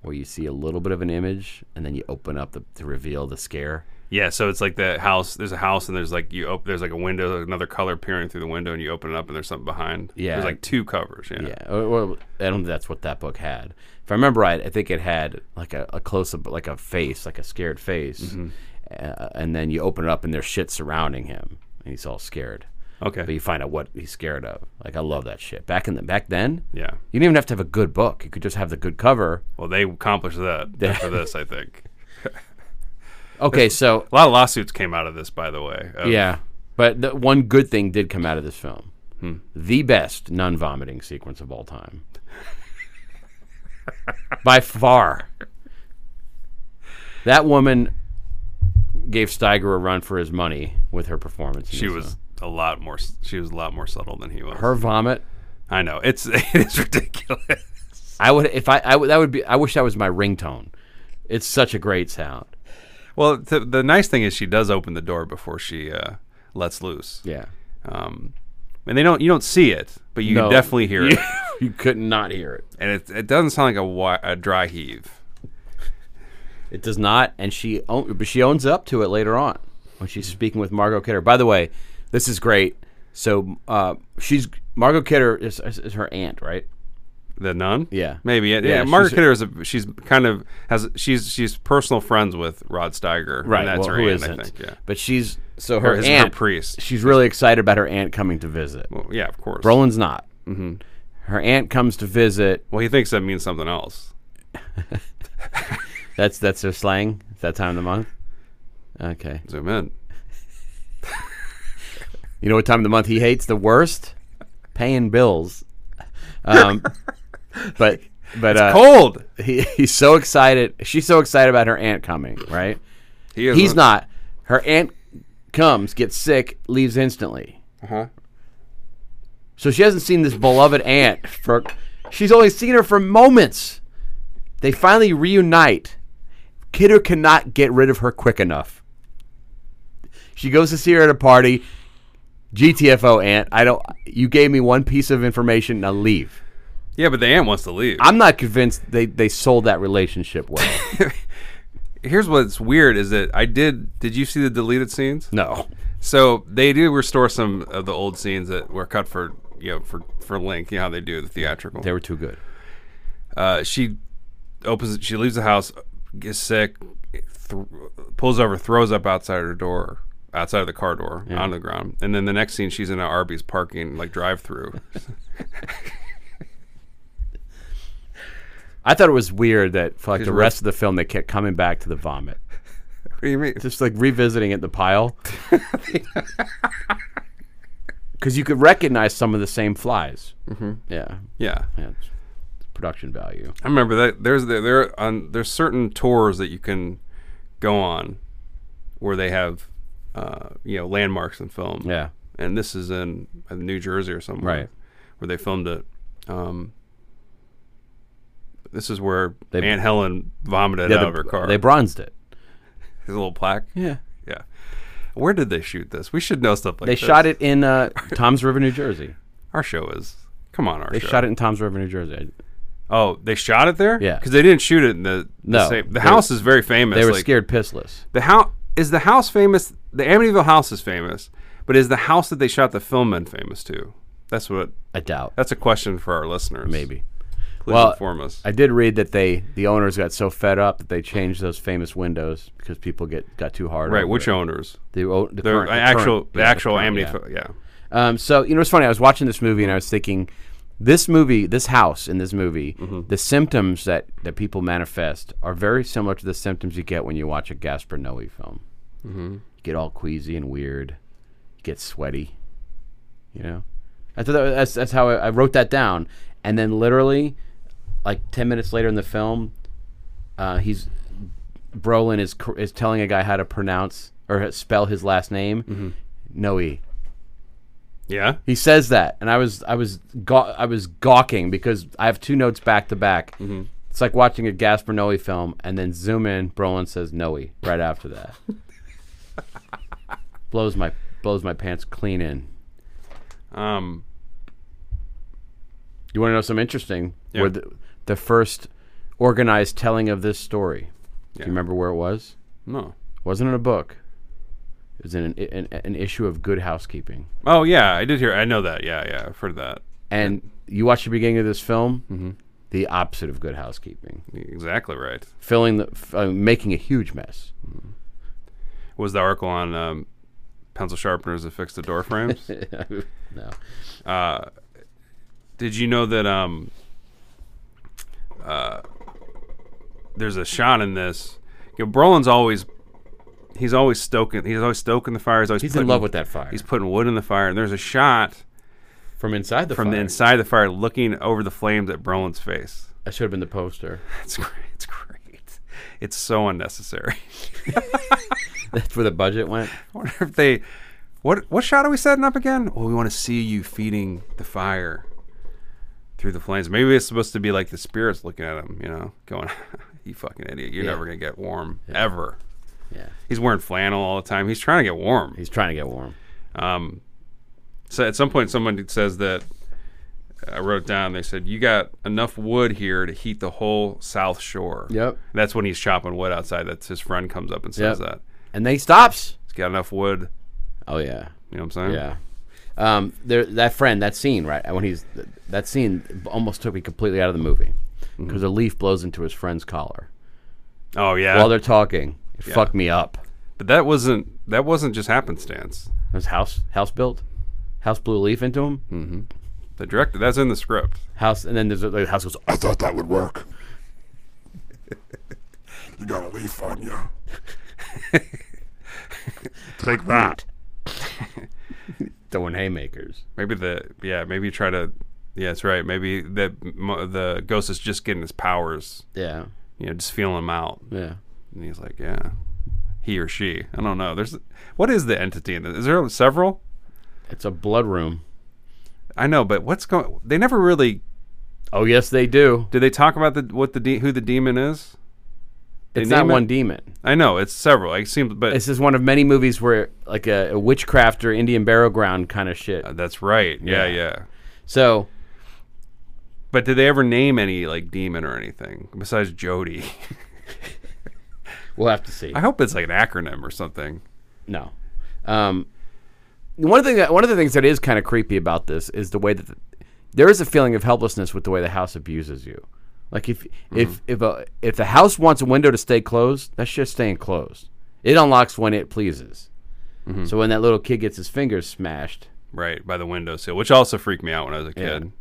S2: where you see a little bit of an image and then you open up the, to reveal the scare.
S3: Yeah, so it's like the house. There's a house, and there's like you open. There's like a window, another color peering through the window, and you open it up, and there's something behind.
S2: Yeah.
S3: there's like two covers. Yeah,
S2: Yeah, or- or- I don't think that's what that book had. If I remember right, I think it had like a, a close up, like a face, like a scared face,
S3: Mm-hmm.
S2: uh, and then you open it up and there's shit surrounding him, and he's all scared.
S3: okay,
S2: But you find out what he's scared of. Like I love that shit. Back in the back then,
S3: yeah.
S2: you didn't even have to have a good book. You could just have the good cover.
S3: Well, they accomplished that after this, I think.
S2: Okay, so
S3: A lot of lawsuits came out of this, by the way. Uh, of-
S2: yeah, but the one good thing did come out of this film. Hmm. The best non vomiting sequence of all time. By far. That woman gave Steiger a run for his money with her performance. in
S3: she
S2: this
S3: was
S2: film.
S3: a lot more. s- She was a lot more subtle than he was.
S2: her vomit.
S3: I know it's it is ridiculous.
S2: I would if I, I would- that would be I wish that was my ringtone. It's such a great sound.
S3: Well, the, the nice thing is she does open the door before she uh, lets loose.
S2: Yeah.
S3: Um, and they don't you don't see it, but you
S2: No.
S3: definitely hear it.
S2: You could not hear it.
S3: and it, it doesn't sound like a, wi- a dry heave.
S2: It does not, and she own, but she owns up to it later on when she's speaking with Margot Kidder. By the way, this is great. So uh, she's Margot Kidder is, is, is her aunt, right?
S3: The nun,
S2: Yeah.
S3: maybe. Yeah,
S2: Yeah,
S3: yeah Margaret
S2: she's-
S3: Kidder is a, she's kind of has she's she's personal friends with Rod Steiger. and that's
S2: well,
S3: her
S2: who
S3: aunt,
S2: isn't?
S3: I think. Yeah,
S2: But she's so
S3: Or
S2: her
S3: his- her
S2: aunt.
S3: priest.
S2: She's really excited about her aunt coming to visit.
S3: Well, yeah, of course.
S2: Roland's not. Mm-hmm. Her aunt comes to visit.
S3: Well, he thinks that means something else.
S2: That's that's their slang. It's that time of the month. Okay.
S3: Zoom in.
S2: You know what time of the month he hates the worst? Paying bills. Um, but but uh,
S3: Cold.
S2: he, he's so excited. She's so excited about her aunt coming, right?
S3: He is
S2: He's not. Her aunt comes, gets sick, leaves instantly. Uh huh. So she hasn't seen this beloved aunt for. She's only seen her for moments. They finally reunite. Kidder cannot get rid of her quick enough. She goes to see her at a party. GTFO, aunt. I don't. You gave me one piece of information. Now leave.
S3: Yeah, but the aunt wants to leave.
S2: I'm not convinced they, they sold that relationship well.
S3: Here's what's weird is that I did. Did you see the deleted scenes?
S2: No.
S3: So they do restore some of the old scenes that were cut for you know for for link. You know how they do the theatrical.
S2: They were too good.
S3: uh, she opens she leaves the house gets sick th- pulls over throws up outside her door outside of the car door on the ground and then the next scene she's in an arby's parking like drive through
S2: I thought it was weird that for like
S3: She's
S2: the
S3: worth-
S2: rest of the film they kept coming back to the vomit.
S3: what do you mean
S2: Just like revisiting it the pile. Cuz you could recognize some of the same flies. Mm-hmm. Yeah.
S3: yeah
S2: yeah it's- it's production value.
S3: i remember that there's the, there on there's certain tours that you can go on where they have uh, you know landmarks in film
S2: Yeah.
S3: and this is in uh, New Jersey or somewhere,
S2: Right.
S3: Where they filmed it. Um, this is where
S2: They-
S3: Aunt Helen vomited
S2: yeah
S3: out
S2: they-
S3: of her car.
S2: They bronzed it.
S3: There's a little plaque.
S2: Yeah.
S3: Yeah. Where did they shoot this? We should know stuff like
S2: They
S3: this.
S2: shot it in uh, Tom's River, New Jersey.
S3: Our show is. Come on, our
S2: They
S3: show.
S2: shot it in Tom's River, New Jersey.
S3: Oh, they shot it there.
S2: Yeah.
S3: Because they didn't shoot it in the.
S2: No,
S3: The, same, the
S2: they-
S3: house is very famous.
S2: They were
S3: like,
S2: scared pissless.
S3: The house is the house famous. The Amityville house is famous, but is the house that they shot the film in famous too? That's what.
S2: I doubt.
S3: That's a question for our listeners.
S2: Maybe.
S3: Please
S2: Well,
S3: inform us.
S2: I did read that they the owners got so fed up that they changed those famous windows because people get got too hard.
S3: Right,
S2: over
S3: which
S2: it.
S3: owners?
S2: The, o- the
S3: The uh,
S2: current- the
S3: actual,
S2: current-
S3: the
S2: yeah,
S3: actual
S2: current,
S3: Amity. Yeah.
S2: Um, so you know, it's funny. I was watching this movie and I was thinking, this movie, this house in this movie, the symptoms that that people manifest are very similar to the symptoms you get when you watch a Gaspar Noe film. You get all queasy and weird. You get sweaty. You know, I thought that, was- that's that's how I, I wrote that down. And then literally, like ten minutes later in the film, uh, he's Brolin is cor- is telling a guy how to pronounce or spell his last name, Noe.
S3: Yeah.
S2: He says that, and I was I was gaw- I was gawking because I have two notes back to back.
S3: Mm-hmm.
S2: It's like watching a Gaspar Noe film, and then zoom in. Brolin says Noe right after that. blows my blows my pants clean in.
S3: Um.
S2: You want to know something interesting?
S3: Yeah.
S2: Where the, the first organized telling of this story. Do
S3: Yeah.
S2: you remember where it was?
S3: No.
S2: wasn't in a book. It was in an, an, an issue of Good Housekeeping.
S3: Oh yeah, I did hear. I know that. Yeah, yeah, I've heard that.
S2: And you watch the beginning of this film,
S3: Mm-hmm.
S2: the opposite of Good Housekeeping,
S3: Exactly right.
S2: filling the, f- uh, making a huge mess.
S3: Was the article on um, pencil sharpeners that fix the door frames? Uh,
S2: No.
S3: did you know that um, uh, there's a shot in this? You know, Brolin's always he's always stoking. He's always stoking the fire. He's always
S2: He's in
S3: putting-
S2: love with that fire.
S3: He's putting wood in the fire, and there's a shot
S2: from inside the
S3: from the
S2: fire.
S3: inside of the fire looking over the flames at Brolin's face.
S2: That should have been the poster.
S3: It's great. It's great. It's so unnecessary.
S2: That's where the budget went.
S3: I wonder if they what what shot are we setting up again? Well, we want to see you feeding the fire through the flames. Maybe it's supposed to be like the spirits looking at him, you know, going, "You fucking idiot! You're
S2: Yeah.
S3: never gonna get warm ever."
S2: Yeah.
S3: He's wearing flannel all the time. He's trying to get warm.
S2: He's trying to get warm.
S3: Um, so at some point, someone says that I wrote it down. They said you got enough wood here to heat the whole South Shore.
S2: Yep.
S3: That's when he's chopping wood outside. That's his friend comes up and says
S2: Yep.
S3: that
S2: And then he stops.
S3: he's got enough wood.
S2: Oh, yeah.
S3: You know what I'm saying?
S2: Yeah. Um, there, that friend, that scene, right? When he's that scene almost took me completely out of the movie because a leaf blows into his friend's collar
S3: Oh yeah.
S2: while they're talking. It fucked me up.
S3: But that wasn't that wasn't just happenstance.
S2: It was house house built, house blew a leaf into him.
S3: The director that's in the script.
S2: House, and then there's a, the house goes.
S4: I thought that would work. you got a leaf on you. Take that.
S2: Throwing haymakers.
S3: Maybe the yeah maybe try to yeah that's right. Maybe the mo- the ghost is just getting his powers.
S2: Yeah,
S3: You know, just feeling him out.
S2: yeah.
S3: And he's like, yeah, he or she. I don't know. There's what is the entity in this? Is there several?
S2: It's a blood room.
S3: I know, but what's going? They never really.
S2: Oh yes, they do.
S3: Did they talk about the what the de- who the demon is? They
S2: It's not
S3: name it?
S2: one demon.
S3: I know it's several. It seems, but
S2: This is one of many movies where like a, a witchcraft or Indian burial ground kind of shit.
S3: Uh, that's right. Yeah,
S2: Yeah.
S3: yeah,
S2: So
S3: But did they ever name any like demon or anything besides Jody?
S2: we'll have to see.
S3: I hope it's like an acronym or something.
S2: No. Um, one thing that one of the things that is kind of creepy about this is the way that the, there is a feeling of helplessness with the way the house abuses you. Like if if if a, if the house wants a window to stay closed, that's just staying closed. It unlocks when it pleases. So when that little kid gets his fingers smashed,
S3: Right by the windowsill, which also freaked me out when I was a kid.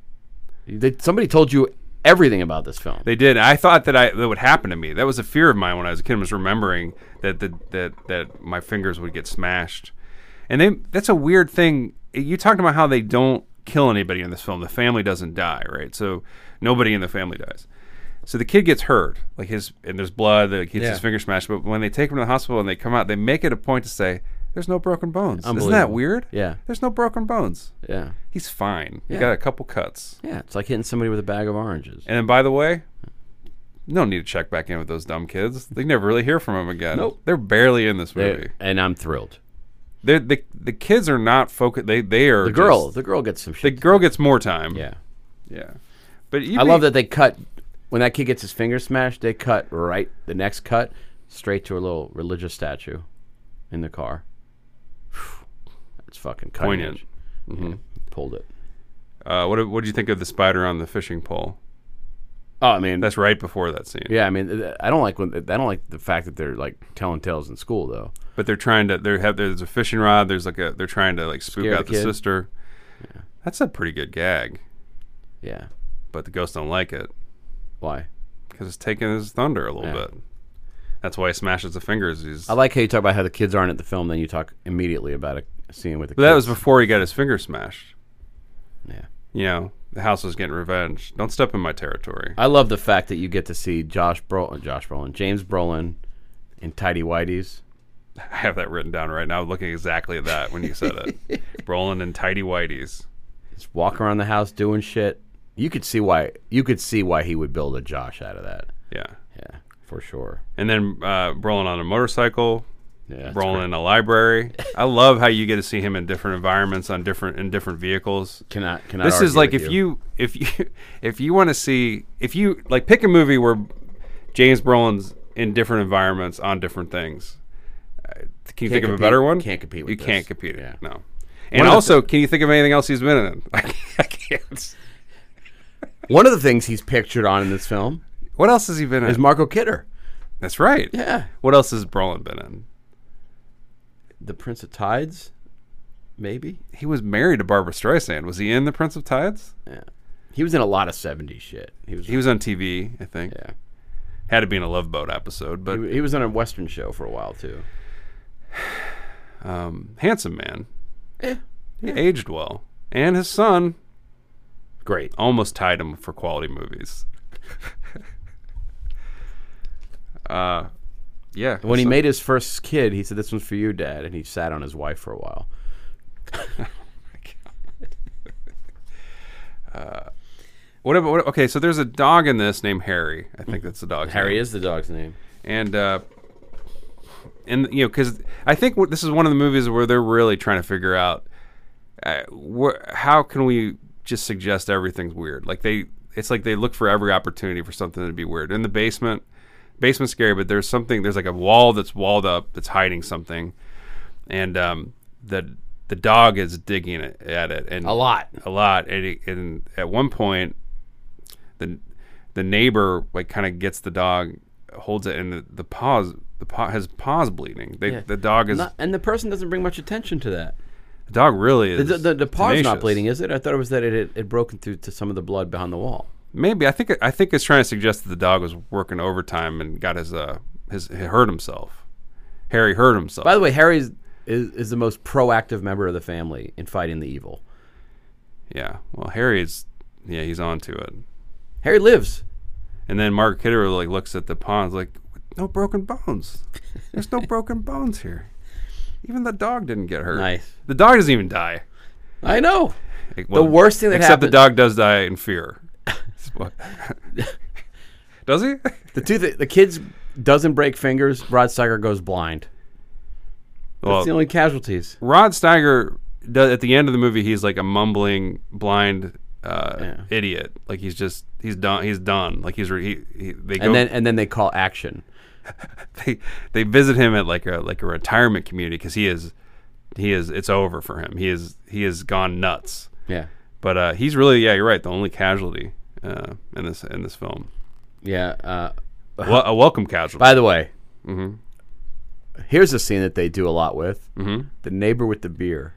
S2: they, somebody told you everything about this film.
S3: They did. I thought that I that would happen to me. That was a fear of mine when I was a kid. Was remembering that the, that that my fingers would get smashed, and they that's a weird thing. You talked about how they don't kill anybody in this film. The family doesn't die, right? So nobody in the family dies. So the kid gets hurt, like his and there's blood. The kid gets his
S2: Yeah.
S3: finger smashed. But when they take him to the hospital and they come out, they make it a point to say, "There's no broken bones." Isn't that
S2: Unbelievable.
S3: weird?
S2: Yeah.
S3: There's no broken bones.
S2: yeah,
S3: He's fine. He got a couple cuts.
S2: yeah. It's like hitting somebody with a bag of oranges.
S3: And then, by the way, no need to check back in with those dumb kids. They never really hear from them again.
S2: Nope.
S3: They're barely in this
S2: They-
S3: movie.
S2: and I'm thrilled.
S3: They're, the the kids are not focused. They they are
S2: The girl,
S3: just-
S2: the girl gets some shit.
S3: the girl gets more time.
S2: yeah.
S3: yeah. But
S2: I love that they cut when that kid gets his finger smashed. They cut right the next cut straight to a little religious statue in the car. It's fucking cutting
S3: Poignant.
S2: edge. Yeah, Mm-hmm. pulled it.
S3: Uh, what what do you think of the spider on the fishing pole?
S2: Oh, I mean,
S3: That's right before that scene.
S2: yeah. I mean, th- I don't like when I don't like the fact that they're like telling tales in school though.
S3: But they're trying to they have there's a fishing rod. There's like a they're trying to like spook
S2: Scare
S3: out
S2: the
S3: the
S2: kid.
S3: sister. That's a pretty good gag,
S2: Yeah.
S3: but the ghosts don't like it
S2: Why?
S3: because it's taking his thunder a little
S2: Yeah.
S3: bit. That's why he smashes the fingers. He's
S2: I like how you talk about how the kids aren't at the film, then you talk immediately about a scene with the
S3: but that was
S2: kids.
S3: before he got his finger smashed.
S2: yeah.
S3: You know, the house was getting revenge. Don't step in my territory.
S2: I love the fact that you get to see Josh Brolin, Josh Brolin, James Brolin, in tidy whities.
S3: I have that written down right now. Looking exactly at that when you said it. Roland and tidy whiteys.
S2: Just walking around the house doing shit. You could see why. You could see why he would build a Josh out of that.
S3: Yeah.
S2: Yeah, for sure.
S3: And then uh, Brolin on a motorcycle,
S2: Yeah, that's
S3: Brolin
S2: great.
S3: in a library. I love how you get to see him in different environments on different in different vehicles.
S2: Can I? Can I?
S3: This
S2: argue
S3: is like
S2: with
S3: if you. if you if you want to see if you like pick a movie where James Brolin's in different environments on different things. Uh, Can you think of a
S2: compete-
S3: better one?
S2: can't compete with
S3: You
S2: this.
S3: can't compete. it,
S2: Yeah.
S3: No. And
S2: of the
S3: also, can you think of anything else he's been in? I can't- I can't.
S2: One of the things he's pictured on in this film
S3: What else has he been in?
S2: is Marco Kidder.
S3: That's right.
S2: Yeah,
S3: What else has Brolin been in?
S2: the Prince of Tides, maybe.
S3: He was married to Barbara Streisand. Was he in The Prince of Tides?
S2: Yeah, he was in a lot of '70s shit. He was.
S3: He was on TV, I think.
S2: yeah.
S3: Had to be in a Love Boat episode, but
S2: He, he was on a Western show for a while too.
S3: um, handsome man. He aged well. And his son
S2: Great.
S3: almost tied him for quality movies. uh, yeah.
S2: When he
S3: so-
S2: made his first kid, he said, "This one's for you, Dad," and he sat on his wife for a while.
S3: what about what, okay? So there's a dog in this named Harry. I think that's the dog.
S2: Harry is the dog's name.
S3: and uh, and you know because I think what, this is one of the movies where they're really trying to figure out uh, where, how can we just suggest everything's weird like they it's like they look for every opportunity for something to be weird in the basement basement's scary but there's something there's like a wall that's walled up that's hiding something and um, the the dog is digging it, at it and
S2: A lot.
S3: a lot and, it, and at one point the the neighbor like kind of gets the dog holds it and the, the paws the paw his paws bleeding they,
S2: Yeah.
S3: the dog is
S2: Not- and the person doesn't bring much attention to that.
S3: the dog really is
S2: The, the, the paw's not
S3: tenacious.
S2: bleeding, is it? I thought it was that it had it broken through to some of the blood behind the wall.
S3: maybe i think i think it's trying to suggest that the dog was working overtime and got his uh his he hurt himself harry hurt himself
S2: By the way, Harry is, is, is the most proactive member of the family in fighting the evil.
S3: yeah well harry's yeah he's on to it
S2: Harry lives.
S3: and then mark kidder like looks at the pawns like no broken bones there's no broken bones here even the dog didn't get hurt
S2: Nice.
S3: the dog doesn't even die
S2: I know.
S3: Like, well,
S2: worst thing that
S3: except the
S2: happened-
S3: dog does die in fear. What? does he?
S2: The two th- the kids doesn't break fingers. Rod Steiger goes blind. That's
S3: Well,
S2: the only casualties.
S3: Rod Steiger does, at the end of the movie. He's like a mumbling blind uh,
S2: Yeah.
S3: idiot. Like he's just he's done. He's done. Like he's re- he, he they go
S2: And then and then they call action.
S3: they, they visit him at like a like a retirement community because he is he is it's over for him. He is he has gone nuts.
S2: Yeah.
S3: But uh, he's really yeah you're right the only casualty uh, in this in this film.
S2: Yeah. Uh,
S3: Wel- a welcome casualty.
S2: by the way,
S3: Mm-hmm.
S2: here's a scene that they do a lot with mm-hmm. the neighbor with the beer.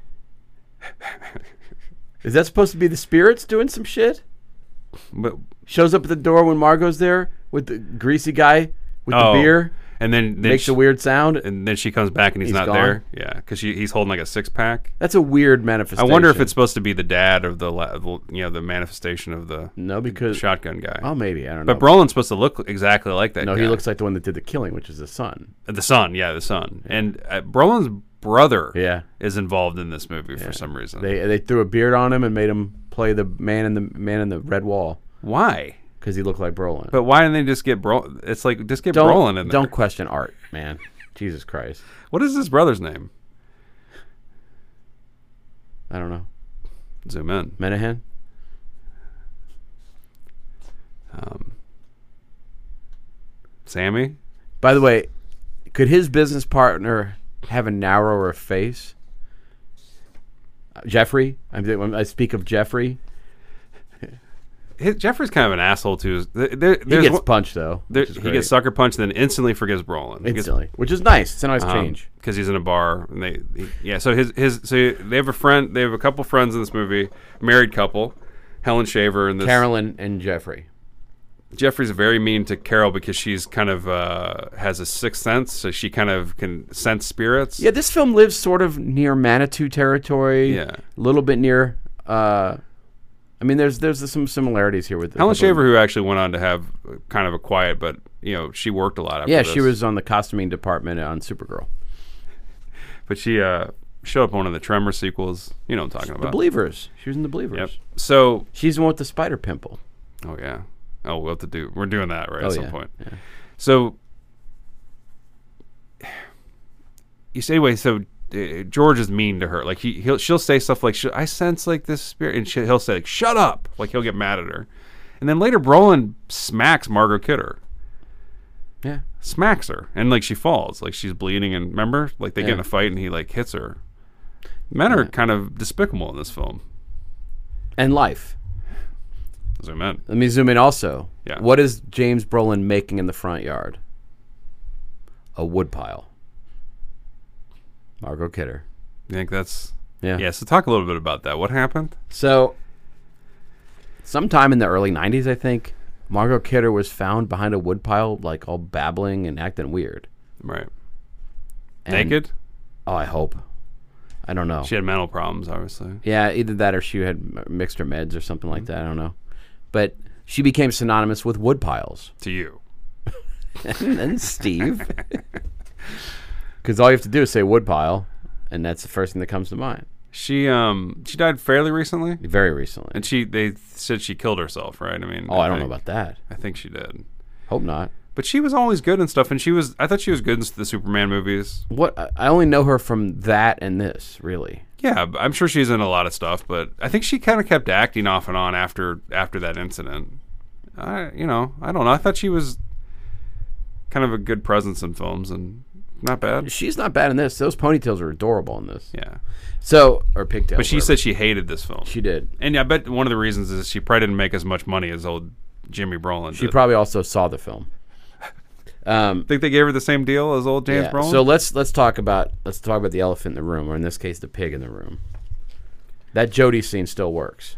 S2: Is that supposed to be the spirits doing some shit?
S3: but,
S2: Shows up at the door when Margot's there with the greasy guy with
S3: oh,
S2: the beer,
S3: and then, then
S2: makes
S3: she-
S2: a weird sound.
S3: and then she comes back and he's,
S2: He's
S3: not
S2: gone?
S3: there. Yeah, because he's holding like a six pack.
S2: That's a weird
S3: I
S2: manifestation.
S3: wonder if it's supposed to be the dad of the la- the- you know the manifestation of the
S2: no because
S3: shotgun guy.
S2: oh maybe I don't know.
S3: but Brolin's supposed to look exactly like that.
S2: no,
S3: guy.
S2: he looks like the one that did the killing, which is the son.
S3: the son. Yeah, the son. And uh, Brolin's brother
S2: Yeah.
S3: is involved in this movie for some reason.
S2: They they threw a beard on him and made him play the man in the man in the red wall
S3: why?
S2: because he looked like Brolin.
S3: But why didn't they just get Brolin? It's like just get
S2: don't
S3: Brolin in there.
S2: don't question art, man. Jesus Christ,
S3: What is his brother's name?
S2: I don't know.
S3: Zoom in.
S2: Menahan.
S3: Sammy.
S2: By the way, could his business partner have a narrower face? Uh, Jeffrey, I mean, when I speak of Jeffrey,
S3: his, Jeffrey's kind of an asshole too. There, there,
S2: He
S3: there's
S2: gets
S3: one-
S2: punched though.
S3: there-
S2: which is
S3: he
S2: great.
S3: gets sucker punched and then instantly forgives Brolin. He gets- Um,
S2: instantly, which is nice. It's a nice change.
S3: because he's in a bar and they he, yeah so his his so they have a friend they have a couple friends in this movie married couple Helen Shaver and this
S2: Carolyn and Jeffrey.
S3: Jeffrey's very mean to Carol because she's kind of uh, has a sixth sense so she kind of can sense spirits
S2: Yeah, this film lives sort of near Manitou territory.
S3: Yeah.
S2: a little bit near. Uh, I mean, there's there's some similarities here with
S3: Helen
S2: with the-
S3: Shaver who actually went on to have uh, kind of a quiet but you know she worked a lot after
S2: Yeah, she
S3: this.
S2: was on the costuming department on Supergirl.
S3: but she uh, showed up in one of the Tremor sequels you know what I'm talking about
S2: The Believers. She was in The Believers.
S3: yep so
S2: She's the one with the spider pimple.
S3: Oh yeah. Oh, we'll have to do. We're doing that right
S2: Oh,
S3: at some
S2: yeah,
S3: point. So you say anyway. So uh, George is mean to her. Like he, he'll she'll say stuff like, "Sh- "I sense like this spirit," and she, he'll say, like, "Shut up!" Like he'll get mad at her. And then later, Brolin smacks Margot Kidder,
S2: Yeah.
S3: smacks her, and like she falls, like she's bleeding. And remember, like they get in
S2: Yeah.
S3: a fight, and he like hits her. Men are kind of despicable in this film.
S2: And life.
S3: As I meant,
S2: Let me zoom in also.
S3: Yeah.
S2: What is James Brolin making in the front yard? A woodpile. Margot Kidder.
S3: you think that's
S2: Yeah.
S3: yeah. So talk a little bit about that. What happened?
S2: So, sometime in the early 90s, I think, Margot Kidder was found behind a woodpile, like all babbling and acting weird.
S3: Right.
S2: And-
S3: Naked.
S2: Oh, I hope. I don't know.
S3: She had mental problems, obviously.
S2: Yeah, either that or she had m- mixed her meds or something like that. I don't know. But she became synonymous with woodpiles.
S3: To you.
S2: And then Steve. Because all you have to do is say woodpile, and that's the first thing that comes to mind.
S3: She um she died fairly recently,
S2: Very recently.
S3: and she they said she killed herself, right? I mean,
S2: oh, I don't know
S3: think-
S2: about that.
S3: I think she did,
S2: Hope not.
S3: but she was always good and stuff, and she was. I thought she was good in the Superman movies.
S2: What I- I only know her from that and this, really.
S3: Yeah, b- I'm sure she's in a lot of stuff, but I think she kind of kept acting off and on after after that incident. I you know I don't know. I thought she was kind of a good presence in films and not bad.
S2: She's not bad in this. Those ponytails are adorable in this.
S3: Yeah,
S2: So, or pigtails.
S3: but she
S2: whatever.
S3: said she hated this film.
S2: she did.
S3: And I bet one of the reasons is she probably didn't make as much money as old Jimmy Brolin.
S2: She
S3: did.
S2: probably also saw the film. Um,
S3: think they gave her the same deal as old James
S2: yeah.
S3: Brolin.
S2: So let's let's talk about let's talk about the elephant in the room, or in this case, the pig in the room. That Jody scene still works.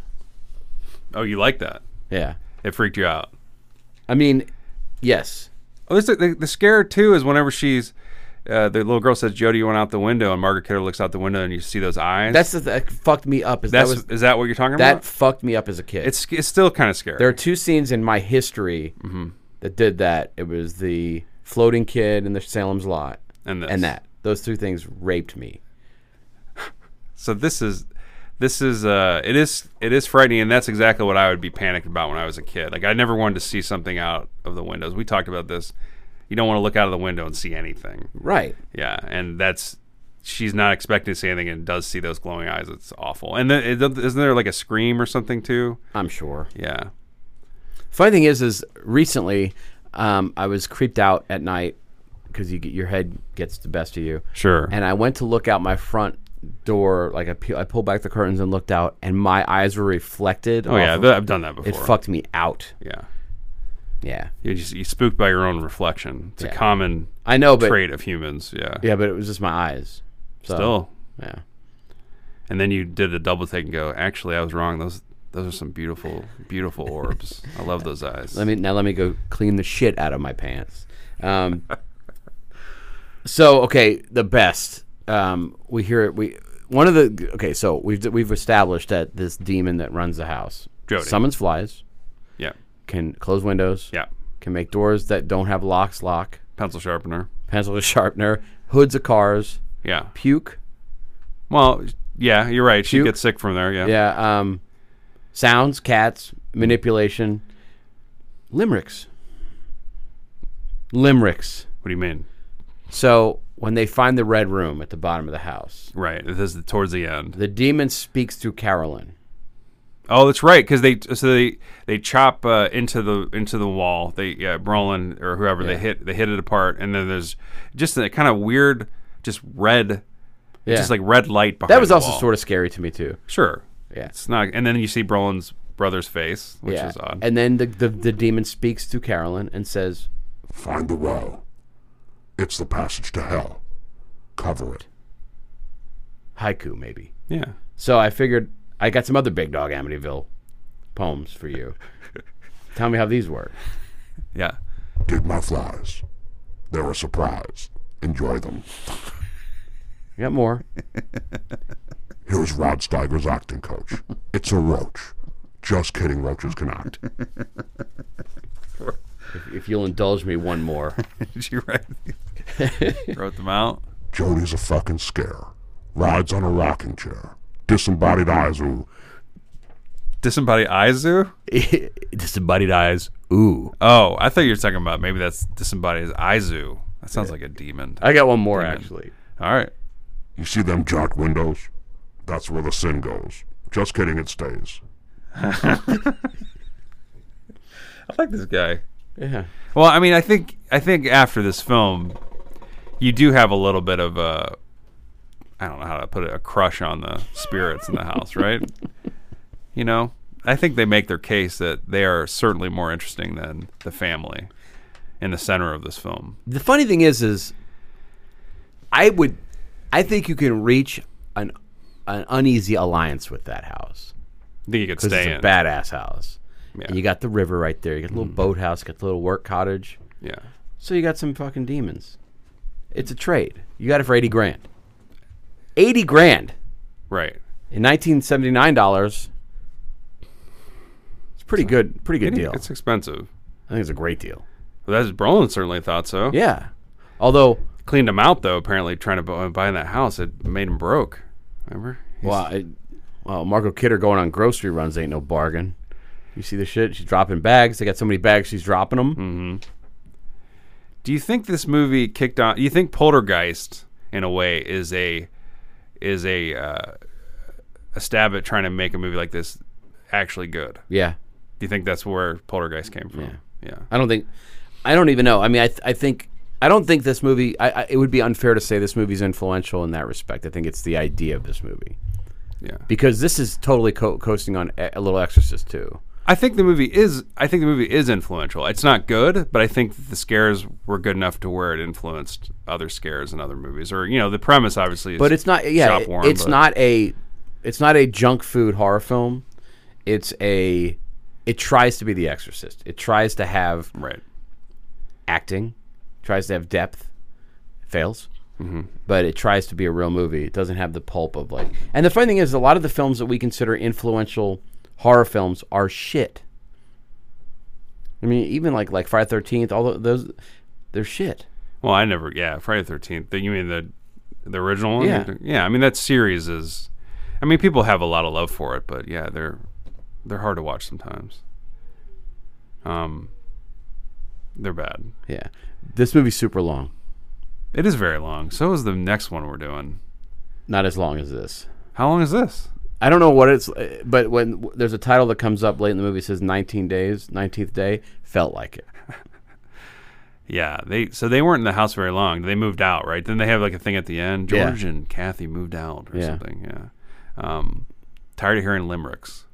S3: oh, you like that?
S2: Yeah,
S3: It freaked you out.
S2: I mean, yes,
S3: Oh, this, the, the scare too is whenever she's uh, the little girl says, "Jody, you went out the window," and Margaret Kidder looks out the window, and you see those eyes.
S2: that's the, that fucked me up. Is
S3: that's
S2: that was
S3: is that what you're talking
S2: that
S3: about?
S2: fucked me up as a kid.
S3: It's it's still kind of scary.
S2: there are two scenes in my history
S3: Mm-hmm.
S2: that did that. It was the floating kid in the Salem's lot,
S3: and, this.
S2: and that. Those two things raped me.
S3: So this is this is uh it is it is frightening and that's exactly what I would be panicked about when I was a kid. Like I never wanted to see something out of the windows. We talked about this. You don't want to look out of the window and see anything.
S2: Right.
S3: Yeah, and that's she's not expecting to see anything and does see those glowing eyes. It's awful. And then isn't there like a scream or something too?
S2: I'm sure.
S3: Yeah.
S2: Funny thing is, is recently um, I was creeped out at night because you get your head gets the best of you.
S3: Sure.
S2: And I went to look out my front door, like I, pe- I pulled back the curtains and looked out, and my eyes were reflected.
S3: oh yeah,
S2: off of-
S3: th- I've done that before.
S2: it fucked me out.
S3: Yeah.
S2: Yeah,
S3: You just you spooked by your own reflection. It's
S2: Yeah.
S3: a common
S2: I know, but
S3: trait of humans. Yeah.
S2: yeah, but it was just my eyes. So,
S3: Still.
S2: yeah.
S3: And then you did a double take and go, actually, I was wrong. Those those are some beautiful, beautiful orbs. I love those eyes.
S2: Let me now. Let me go clean the shit out of my pants. Um, so okay, the best. Um, we hear it. We one of the okay. So we've we've established that this demon that runs the house
S3: Jody.
S2: summons flies,
S3: yeah,
S2: can close windows,
S3: yeah.
S2: can make doors that don't have locks lock,
S3: Pencil sharpener.
S2: pencil to sharpener, hoods of cars,
S3: Yeah.
S2: puke.
S3: Well, yeah, you're right. She
S2: Puke.
S3: gets sick from there. Yeah.
S2: Yeah. Um, sounds, cats, manipulation, limericks, limericks.
S3: What do you mean?
S2: So when they find the red room at the bottom of the house,
S3: Right. This is towards the end.
S2: the demon speaks through Carolyn.
S3: Oh, that's right. Because they so they they chop uh, into the into the wall. They yeah, Brolin or whoever they hit they hit it apart, and then there's just a kind of weird, just red,
S2: Yeah.
S3: just like red light behind.
S2: that was
S3: the
S2: also
S3: wall.
S2: sort of scary to me too.
S3: sure.
S2: Yeah.
S3: It's not, and then you see Brolin's brother's face, which
S2: yeah.
S3: is odd.
S2: And then the, the the demon speaks to Carolyn and says,
S4: Find the well. It's the passage to hell. Cover it.
S2: "Haiku, maybe."
S3: yeah.
S2: So I figured I got some other big dog Amityville poems for you. Tell me how these work.
S3: Yeah.
S4: Dig my flies. They're a surprise. Enjoy them.
S2: You got more?
S4: Here's Rod Steiger's acting coach. It's a roach. Just kidding, roaches can act.
S2: If you'll indulge me one more.
S3: Did you write these? Wrote them out?
S4: Jody's a fucking scare. Rides on a rocking chair. Disembodied eyes who
S3: Disembodied Izu?
S2: Disembodied eyes. Ooh.
S3: Oh, I thought you were talking about maybe that's disembodied Izu. That sounds like a demon.
S2: I got one more actually.
S3: All right.
S4: You see them jock windows? That's where the sin goes. Just kidding, it stays.
S3: I like this guy.
S2: Yeah.
S3: Well, I mean, I think I think after this film, you do have a little bit of a I don't know how to put it a crush on the spirits in the house, right? You know, I think they make their case that they are certainly more interesting than the family in the center of this film.
S2: The funny thing is, is I would, I think you can reach an an uneasy alliance with that house
S3: I think you could
S2: because
S3: stay
S2: it's a
S3: in.
S2: badass house.
S3: Yeah.
S2: And you got the river right there. You got the little boathouse. Got the little work cottage.
S3: yeah.
S2: So you got some fucking demons. It's a trade. You got it for eighty grand. Eighty grand
S3: Right.
S2: in nineteen seventy nine dollars. It's pretty good. Pretty good
S3: It-
S2: deal.
S3: It's expensive.
S2: I think it's a great deal.
S3: Well, that's Brolin certainly thought so.
S2: Yeah. Although,
S3: Cleaned him out though. Apparently, trying to bu- buy that house, it made him broke. Remember? He's-
S2: well, I, well, Margot Kidder going on grocery runs ain't no bargain. You see the shit? She's dropping bags. They got so many bags. She's dropping them.
S3: Mm. Do you think this movie kicked on? You think Poltergeist, in a way, is a is a uh, a stab at trying to make a movie like this actually good? Do
S2: Yeah.
S3: you think that's where Poltergeist came from? Yeah.
S2: I don't think. I don't even know. I mean, I, th- I think. I don't think this movie. I, I, it would be unfair to say this movie's influential in that respect. I think it's the idea of this movie
S3: Yeah.
S2: because this is totally co- coasting on a, a little Exorcist too.
S3: I think the movie is. I think the movie is influential. It's not good, but I think the scares were good enough to where it influenced other scares in other movies. Or you know, the premise obviously. Is
S2: But it's not. Yeah,
S3: shop
S2: it-
S3: worn,
S2: it's
S3: but-
S2: not a. It's not a junk food horror film. It's a. It tries to be The Exorcist. It tries to have
S3: right.
S2: acting, tries to have depth, fails.
S3: Mm-hmm.
S2: But it tries to be a real movie. It doesn't have the pulp of like. And the funny thing is, a lot of the films that we consider influential horror films are shit. I mean, even like like Friday Thirteenth, all tho- those, they're shit.
S3: Well, I never. Yeah, Friday Thirteenth. You mean the the original one?
S2: Yeah.
S3: I mean that series is. I mean, people have a lot of love for it, but yeah, they're they're hard to watch sometimes. Um, they're bad.
S2: Yeah, this movie's super long.
S3: It is very long. So is the next one we're doing.
S2: Not as long as this.
S3: How long is this?
S2: I don't know what it's, uh, but when w- there's a title that comes up late in the movie it says 19 days, 19th day, felt like it.
S3: Yeah, they so they weren't in the house very long. They moved out, right? Then they have like a thing at the end.
S2: Yeah.
S3: George and Kathy moved out or
S2: Yeah.
S3: something. Yeah. Um, tired of hearing limericks.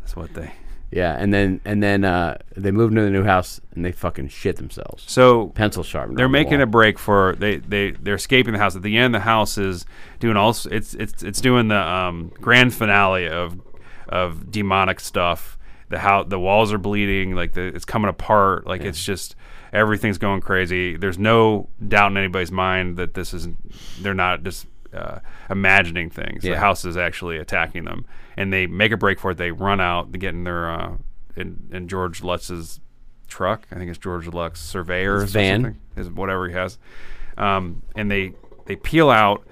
S3: That's what they.
S2: Yeah, and then and then uh, they moved into the new house and they fucking shit themselves.
S3: So
S2: pencil sharpener.
S3: They're
S2: on the
S3: making
S2: wall.
S3: a break for they they they're escaping the house. At the end, the house is doing all s- it's it's it's doing the um, grand finale of of demonic stuff. The how the walls are bleeding, like the, it's coming apart. Like it's just everything's going crazy. There's no doubt in anybody's mind that this is they're not just uh, imagining things. The
S2: Yeah.
S3: house is actually attacking them, and they make a break for it. They run out, they get in their uh, in, in George Lutz's truck. I think it's George Lutz surveyor
S2: His van.
S3: something, his whatever he has. Um, and they they peel out,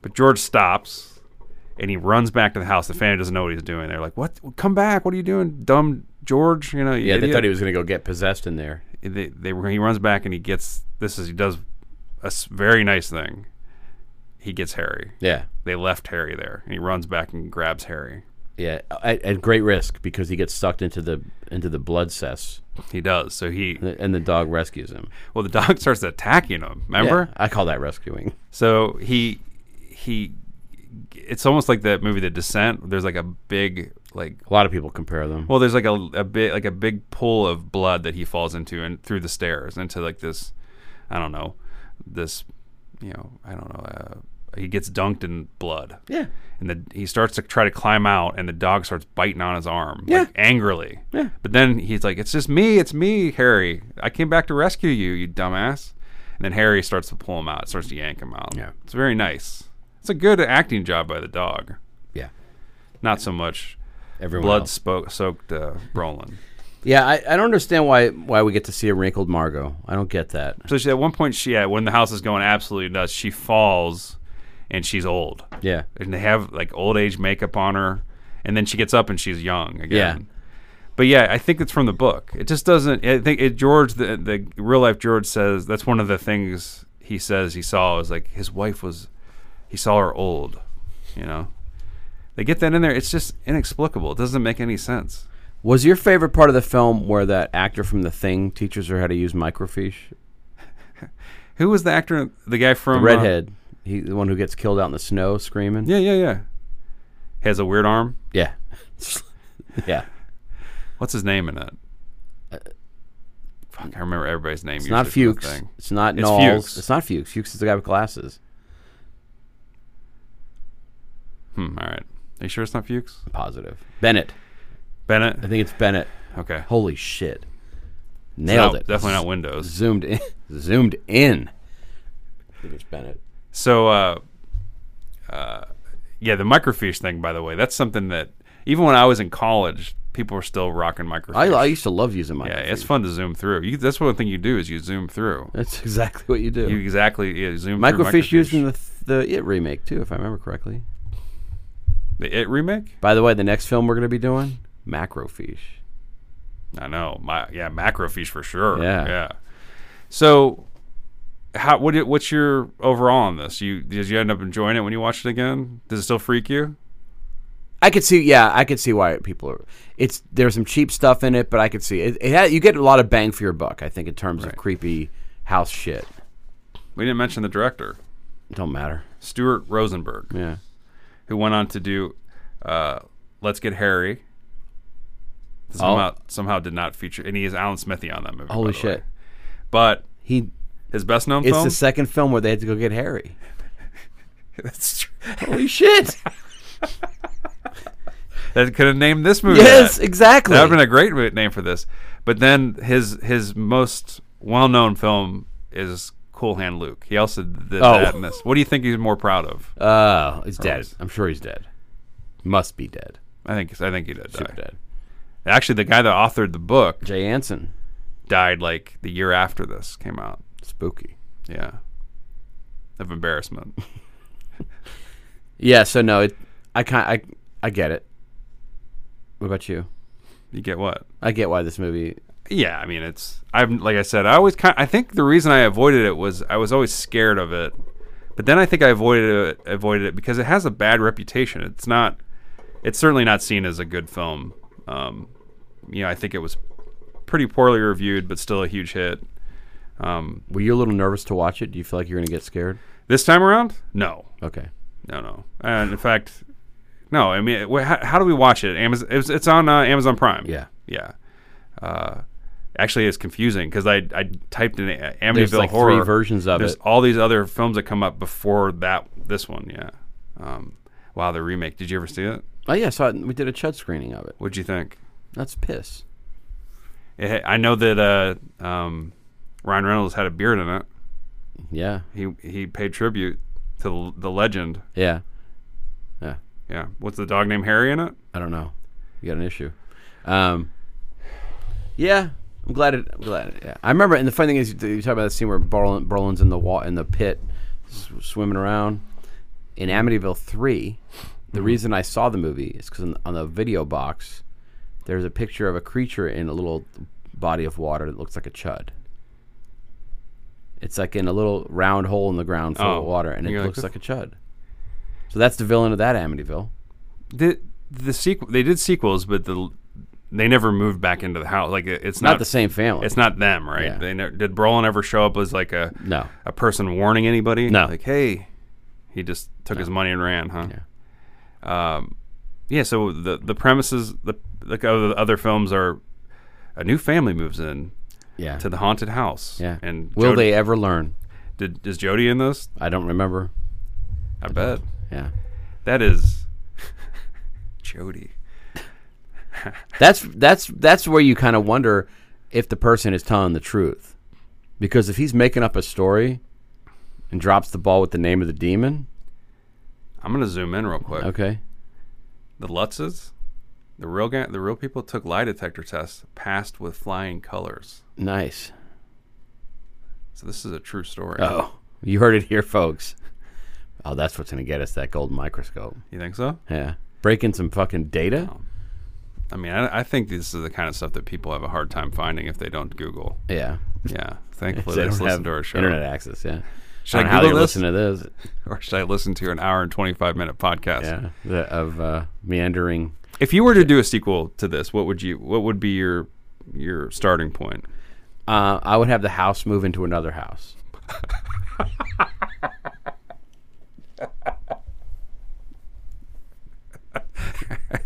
S3: but George stops and he runs back to the house. The family doesn't know what he's doing. They're like, "What? Come back! What are you doing, dumb George? You know?" you
S2: Yeah, they
S3: idiot."
S2: thought he was going to go get possessed in there.
S3: They, they were- he runs back and he gets this is he does a s- very nice thing. He gets Harry.
S2: Yeah,
S3: They left Harry there, and he runs back and grabs Harry.
S2: yeah, at, at great risk because he gets sucked into the into the blood cess,
S3: He does. So he
S2: and the dog rescues him.
S3: well, the dog starts attacking him.
S2: Yeah,
S3: Remember?
S2: I call that rescuing.
S3: So he he it's almost like that movie The Descent. There's like a big like
S2: A lot of people compare them.
S3: well, there's like a a bit like a big pool of blood that he falls into and through the stairs into like this, I don't know, this, you know, I don't know. Uh, he gets dunked in blood.
S2: Yeah.
S3: And the, he starts to try to climb out, and the dog starts biting on his arm,
S2: Yeah.
S3: like angrily.
S2: Yeah.
S3: But then he's like, "It's just me, it's me, Harry. I came back to rescue you, you dumbass." And then Harry starts to pull him out, starts to yank him out.
S2: Yeah.
S3: It's very nice. It's a good acting job by the dog.
S2: yeah,
S3: Not so much
S2: everyone.
S3: blood
S2: else.
S3: spoke, soaked uh, Brolin.
S2: Yeah, I, I don't understand why why we get to see a wrinkled Margot. I don't get that.
S3: So she, at one point, she yeah, when the house is going absolutely nuts, she falls, and she's old,
S2: Yeah,
S3: and they have like old age makeup on her, and then she gets up and she's young again.
S2: Yeah.
S3: But yeah, I think it's from the book. It just doesn't. I think it, George, the, the real life George says that's one of the things he says he saw is like his wife was, he saw her old, you know. They get that in there. It's just inexplicable. It doesn't make any sense.
S2: was your favorite part of the film where that actor from The Thing teaches her how to use microfiche?
S3: Who was the actor? The guy from
S2: The
S3: uh,
S2: redhead, he the one who gets killed out in the snow screaming.
S3: yeah, yeah, yeah. He has a weird arm.
S2: yeah, yeah.
S3: What's his name in it? Fuck, I remember everybody's name.
S2: Uh, It's not
S3: usually from the
S2: Fuchs.
S3: thing.
S2: It's not
S3: It's
S2: Knowles.
S3: Fuchs.
S2: It's not Fuchs. Fuchs is the guy with glasses.
S3: Hmm, all right. Are you sure it's not Fuchs?
S2: Positive. Bennett. I
S3: Bennett.
S2: think it's Bennett.
S3: Okay.
S2: Holy shit!
S3: No,
S2: Nailed it.
S3: Definitely not Windows.
S2: Zoomed in. Zoomed in. I think it's Bennett.
S3: So, uh, uh, yeah, the microfiche thing, by the way, that's something that even when I was in college, people were still rocking microfiche.
S2: I, I used to love using my.
S3: yeah, it's fun to zoom through. You, that's one thing you do is you zoom through.
S2: That's exactly what you do.
S3: You exactly yeah, zoom through.
S2: microfiche used in the, the It remake too, if I remember correctly.
S3: the It remake.
S2: By the way, the next film we're going to be doing, Macrofiche.
S3: I know. My yeah, macrofiche for sure.
S2: Yeah.
S3: yeah. So, how what do- what's your overall on this? You did you end up enjoying it when you watched it again? Does it still freak you?
S2: I could see, yeah, I could see why people are. It's there's some cheap stuff in it, but I could see it. it ha you get a lot of bang for your buck, I think, in terms of creepy house shit.
S3: We didn't mention the director,
S2: It don't matter.
S3: Stuart Rosenberg,
S2: Yeah,
S3: who went on to do uh, "Let's Get Harry."
S2: Oh.
S3: that Somehow, somehow did not feature, and he is Alan Smithy on that movie. by
S2: holy
S3: the way.
S2: shit.
S3: But
S2: He.
S3: his best known
S2: It's
S3: film.
S2: the second film where they had to go get Harry.
S3: that's true.
S2: Holy shit!
S3: That could have named this movie.
S2: yes,
S3: that.
S2: exactly.
S3: That would have been a great mo- name for this. But then his his most well known film is Cool Hand Luke. He also did
S2: Oh.
S3: that in this. What do you think he's more proud of?
S2: Oh, he's dead.
S3: was-
S2: I'm sure he's dead. Must be dead.
S3: I think I think he did die.
S2: Super dead.
S3: Actually, the guy that authored the book
S2: Jay Anson.
S3: died like the year after this came out.
S2: Spooky.
S3: Yeah, of embarrassment.
S2: Yeah, so no, it, I kind I I get it. What about you?
S3: you get what?
S2: I get why this movie.
S3: Yeah, I mean it's I'm like I said, I always kind I think the reason I avoided it was I was always scared of it. But then I think I avoided it avoided it because it has a bad reputation. It's not it's certainly not seen as a good film. Um you know, I think it was pretty poorly reviewed but still a huge hit.
S2: Were you a little nervous to watch it? Do you feel like you're gonna get scared?
S3: This time around? No.
S2: Okay.
S3: No, no. And in fact, no, I mean, wh- how, how do we watch it? Amazon it's, it's on uh, Amazon Prime.
S2: Yeah.
S3: Yeah. Uh Actually, it's confusing because I, I typed in uh, Amityville
S2: There's like
S3: horror.
S2: three versions of
S3: there's
S2: it.
S3: all these other films that come up before that this one yeah um, wow the remake did you ever see it
S2: Oh yeah, so I, we did a chud screening of it.
S3: what'd you think
S2: That's piss.
S3: it, ha- i know that uh, um, ryan reynolds had a beard in it
S2: Yeah.
S3: he he paid tribute to the, the legend
S2: Yeah. Yeah.
S3: yeah what's the dog named harry in it
S2: I don't know. You got an issue. Um. Yeah, I'm glad. It, I'm glad. It, yeah, I remember. And the funny thing is, you talk about that scene where Brolin, Brolin's in the wa- in the pit, s- swimming around. In Amityville Three, the
S3: Mm-hmm.
S2: reason I saw the movie is because on, the- on the video box, there's a picture of a creature in a little body of water that looks like a chud. It's like in a little round hole in the ground full
S3: Oh,
S2: of water, and it
S3: you're like,
S2: looks
S3: "This-
S2: like a chud. So that's the villain of that Amityville.
S3: the, the sequel they did sequels but the they never moved back into the house like it, it's
S2: Not,
S3: not,
S2: the same family.
S3: it's not them right
S2: Yeah.
S3: they never, did brolin ever show up as like a
S2: No.
S3: a person warning anybody?
S2: No.
S3: Like, hey, he just took his money and ran, huh? Yeah. Um, yeah, so the the premises the like of the other films are a new family moves in
S2: Yeah.
S3: to the haunted house.
S2: yeah.
S3: And
S2: will
S3: Jody-
S2: they ever learn?
S3: Did is Jody in this?
S2: I don't remember.
S3: I bet
S2: Yeah.
S3: that is Jody.
S2: That's that's that's where you kind of wonder if the person is telling the truth, because if he's making up a story and drops the ball with the name of the demon,
S3: I'm gonna zoom in real quick.
S2: okay,
S3: The Lutzes, the real ga- the real people took lie detector tests, passed with flying colors.
S2: nice.
S3: So this is a true story.
S2: Oh, you heard it here, folks. Oh, that's what's gonna get us that gold microscope.
S3: you think so?
S2: Yeah, breaking some fucking data.
S3: Oh. I mean, I, I think this is the kind of stuff that people have a hard time finding if they don't Google.
S2: Yeah,
S3: Yeah, thankfully
S2: They
S3: they just
S2: don't have
S3: listen to our show.
S2: internet access. Yeah,
S3: Should
S2: I don't
S3: I
S2: know how they
S3: Google this?
S2: listen to this.
S3: Or should I listen to an hour and twenty five minute podcast?
S2: Yeah, the, of uh, meandering.
S3: If you were to do a sequel to this, what would you? What would be your your starting point?
S2: Uh, I would have the house move into another house.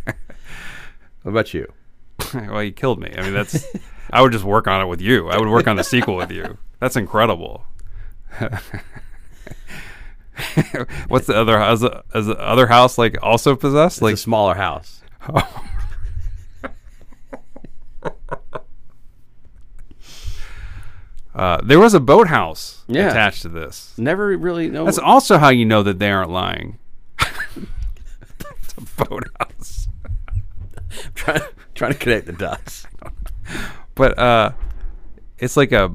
S2: what about you?
S3: well, you killed me. I mean, that's. I would just work on it with you. I would work on the sequel with you. That's incredible. What's the other house? Is the other house like also possessed?
S2: Like
S3: Like
S2: a smaller house.
S3: uh, there was a boathouse
S2: Yeah.
S3: attached to this.
S2: Never really know.
S3: That's also how you know that they aren't lying. it's a boathouse.
S2: trying, trying to connect the dots.
S3: but uh it's like a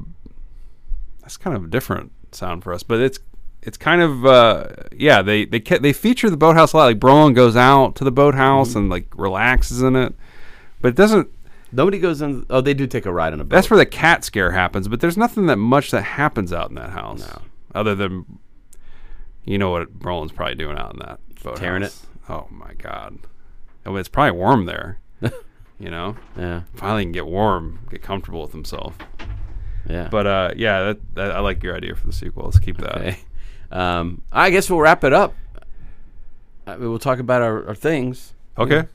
S3: that's kind of a different sound for us but it's it's kind of uh yeah they they ca- they feature the boathouse a lot like Brolin goes out to the boathouse
S2: Mm-hmm.
S3: and like relaxes in it but it doesn't
S2: Nobody goes in. Oh, they do take a ride on a boat.
S3: that's where the cat scare happens but there's nothing that much that happens out in that house other than you know what Brolin's probably doing out in that boathouse
S2: Tearing it.
S3: oh my god I mean, it's probably warm there you know
S2: yeah,
S3: finally can get warm get comfortable with himself
S2: yeah.
S3: But uh, yeah, that, that, I like your idea for the sequel. Let's keep that.
S2: okay. um, I guess we'll wrap it up. Uh, we'll talk about our, our things.
S3: Okay.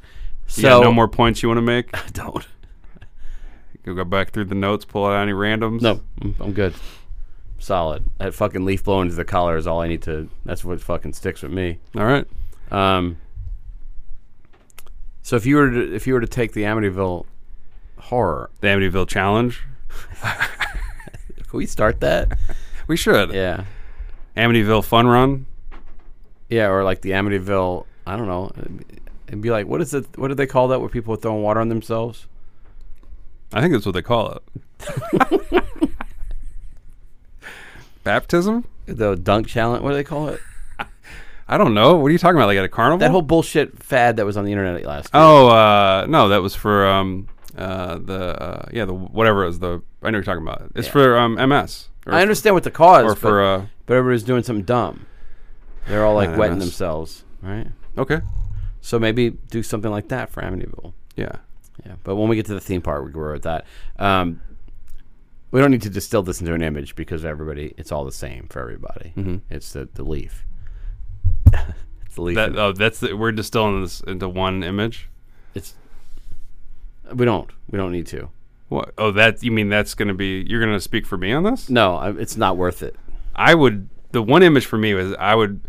S2: So
S3: You got no more points you want to make?
S2: I don't.
S3: You go back through the notes, pull out any randoms.
S2: No, I'm- I'm good. Solid. That fucking leaf blowing to the collar is all I need to. That's what fucking sticks with me.
S3: All right.
S2: Um. So if you were to, if you were to take the Amityville horror,
S3: The Amityville challenge.
S2: can we start that?
S3: We should.
S2: yeah,
S3: Amityville fun run.
S2: yeah, or like the Amityville. I don't know. It'd be like, what is it? What do they call that? Where people are throwing water on themselves?
S3: I think that's what they call it. Baptism?
S2: The dunk challenge. What do they call it?
S3: I don't know. What are you talking about? Like at a carnival?
S2: That whole bullshit fad that was on the internet last. night.
S3: Oh uh, no, that was for um uh the uh, yeah the whatever it was the I know what you're talking about. It's for um MS. Or
S2: I understand what the cause.
S3: Or for
S2: but,
S3: uh
S2: but everybody's doing something dumb. They're all like
S3: don't
S2: wetting
S3: know.
S2: themselves, right?
S3: okay
S2: So maybe do something like that for Amityville.
S3: yeah
S2: Yeah, but when we get to the theme part, we grow at that. Um, we don't need to distill this into an image because everybody, it's all the same for everybody.
S3: Mm-hmm.
S2: It's the, the leaf. it's the leaf.
S3: That oh, that's the, we're distilling this into one image.
S2: it's we don't we don't need to.
S3: What? Oh, that you mean that's going to be you're going to speak for me on this?
S2: No, I, it's not worth it.
S3: I would. The one image for me was I would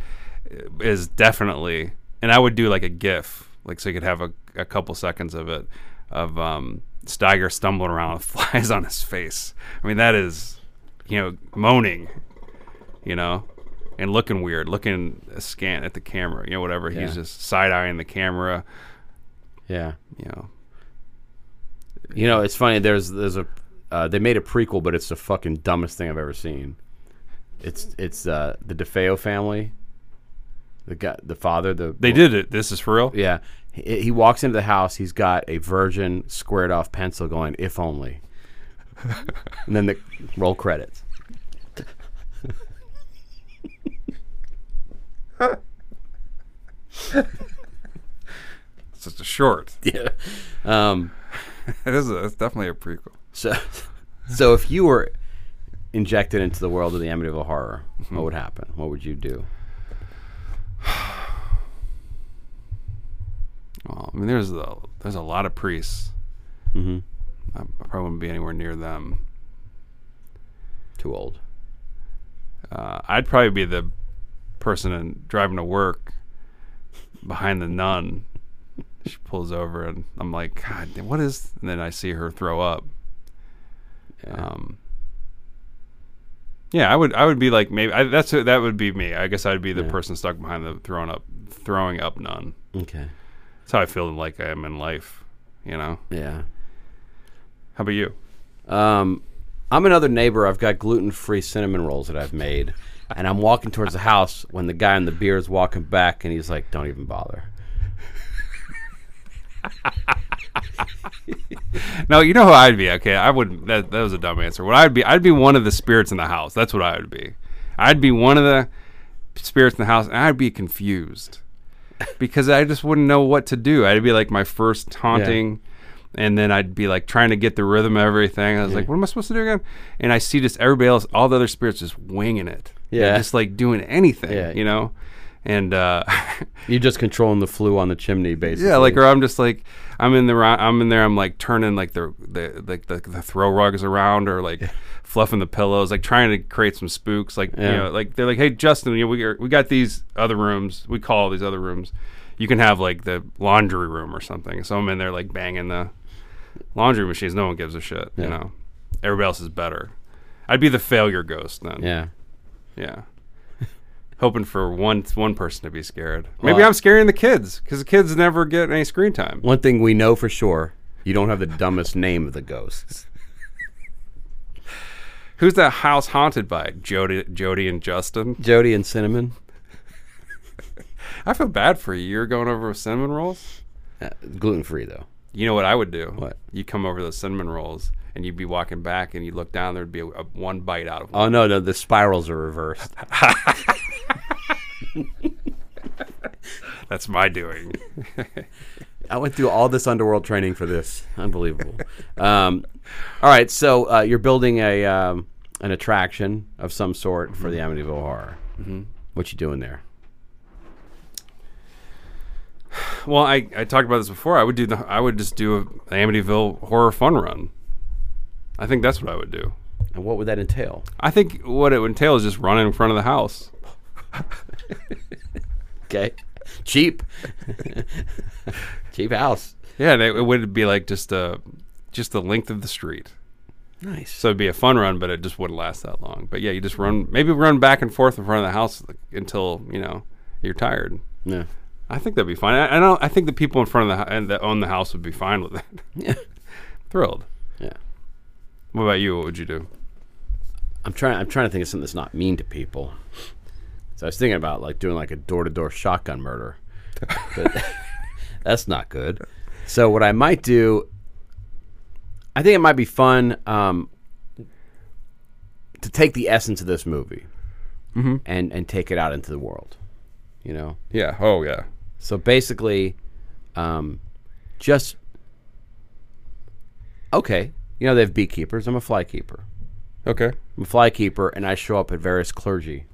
S3: is definitely, and I would do like a GIF, like so you could have a, a couple seconds of it of um Steiger stumbling around with flies on his face. I mean that is, you know, moaning, you know, and looking weird, looking askant at the camera, you know, whatever. He's
S2: Yeah.
S3: just side eyeing the camera,
S2: Yeah,
S3: you know.
S2: you know it's funny. There's there's a uh, they made a prequel, but it's the fucking dumbest thing I've ever seen. It's it's uh, the DeFeo family, the guy, the father, the
S3: They did it. This is for real.
S2: Yeah. He, he walks into the house. He's got a virgin squared off pencil going, if only. and then the roll credits.
S3: It's just a short.
S2: Yeah. Um,
S3: It is a, it's definitely a prequel.
S2: so, so if you were injected into the world of the Amityville horror,
S3: Mm-hmm.
S2: what would happen? What would you do?
S3: Well, well. I mean, there's a, there's a lot of priests. Mm-hmm. I, I probably wouldn't be anywhere near them.
S2: Too old.
S3: Uh, I'd probably be the person in, driving to work behind the nun. She pulls over, and I'm like, God, what is? And then I see her throw up. Um, yeah, I would. I would be like maybe I, that's who- that would be me. I guess I'd be the person stuck behind the throwing up, throwing up nun.
S2: Okay.
S3: That's how I feel like I am in life. You know.
S2: Yeah.
S3: How about you?
S2: Um, I'm another neighbor. I've got gluten free cinnamon rolls that I've made. And I'm walking towards the house when the guy in the beer is walking back and he's like, don't even bother.
S3: No, you know who I'd be. Okay, I wouldn't. That, that was a dumb answer. What I'd be, I'd be one of the spirits in the house. That's what I would be. I'd be one of the spirits in the house, and I'd be confused because I just wouldn't know what to do. I'd be like my first taunting, and then I'd be like trying to get the rhythm of everything. I was like, what am I supposed to do again? And I see just everybody else, all the other spirits just winging it. They're
S2: Yeah.
S3: just like doing anything.
S2: Yeah.
S3: you know. And uh,
S2: You're just controlling the flu on the chimney, basically.
S3: Yeah, like or I'm just like I'm in the ro- I'm in there. I'm like turning like the the like the, the throw rugs around or like fluffing the pillows, like trying to create some spooks. Like you know, like they're like, hey Justin, you know, we are, we got these other rooms. We call these other rooms. You can have like the laundry room or something. So I'm in there like banging the laundry machines. No one gives a shit. You know, everybody else is better. I'd be the failure ghost then.
S2: Yeah.
S3: Yeah. Hoping for one one person to be scared. Maybe I'm scaring the kids because the kids never get any screen time.
S2: One thing we know for sure you don't have the dumbest name of the ghosts.
S3: Who's that house haunted by? Jody, Jody and Justin.
S2: Jody and Cinnamon.
S3: I feel bad for you. You're going over with cinnamon rolls.
S2: Gluten free, uh, though.
S3: You know what I would do?
S2: What?
S3: You come over those cinnamon rolls and you'd be walking back and you would look down. There'd be a, a- one bite out of one.
S2: Oh, no, no, the spirals are reversed.
S3: That's my doing.
S2: I went through all this underworld training for this. Unbelievable. um, all right, so uh, you're building a um, an attraction of some sort for the Amityville Horror. Mm-hmm. What you doing there?
S3: well, I, I talked about this before. I would do the I would just do a Amityville horror fun run. I think that's what I would do.
S2: And what would that entail?
S3: I think what it would entail is just running in front of the house.
S2: Okay, cheap, cheap house.
S3: Yeah, and it, it would be like just uh just the length of the street.
S2: Nice.
S3: So it'd be a fun run, but it just wouldn't last that long. But yeah, you just run, maybe run back and forth in front of the house until you know you're tired.
S2: yeah.
S3: I think that'd be fine. I, I don't. I think the people in front of the hou- and that own the house would be fine with it.
S2: Yeah.
S3: Thrilled.
S2: yeah.
S3: What about you? What would you do?
S2: I'm trying. I'm trying to think of something that's not mean to people. So I was thinking about like doing like a door-to-door shotgun murder, but that's not good. So what I might do, I think it might be fun um, to take the essence of this movie and and take it out into the world. You know,
S3: Yeah. Oh yeah.
S2: so basically, um, just okay. You know, they have beekeepers. I'm a fly keeper.
S3: Okay.
S2: I'm a fly keeper, and I show up at various clergy,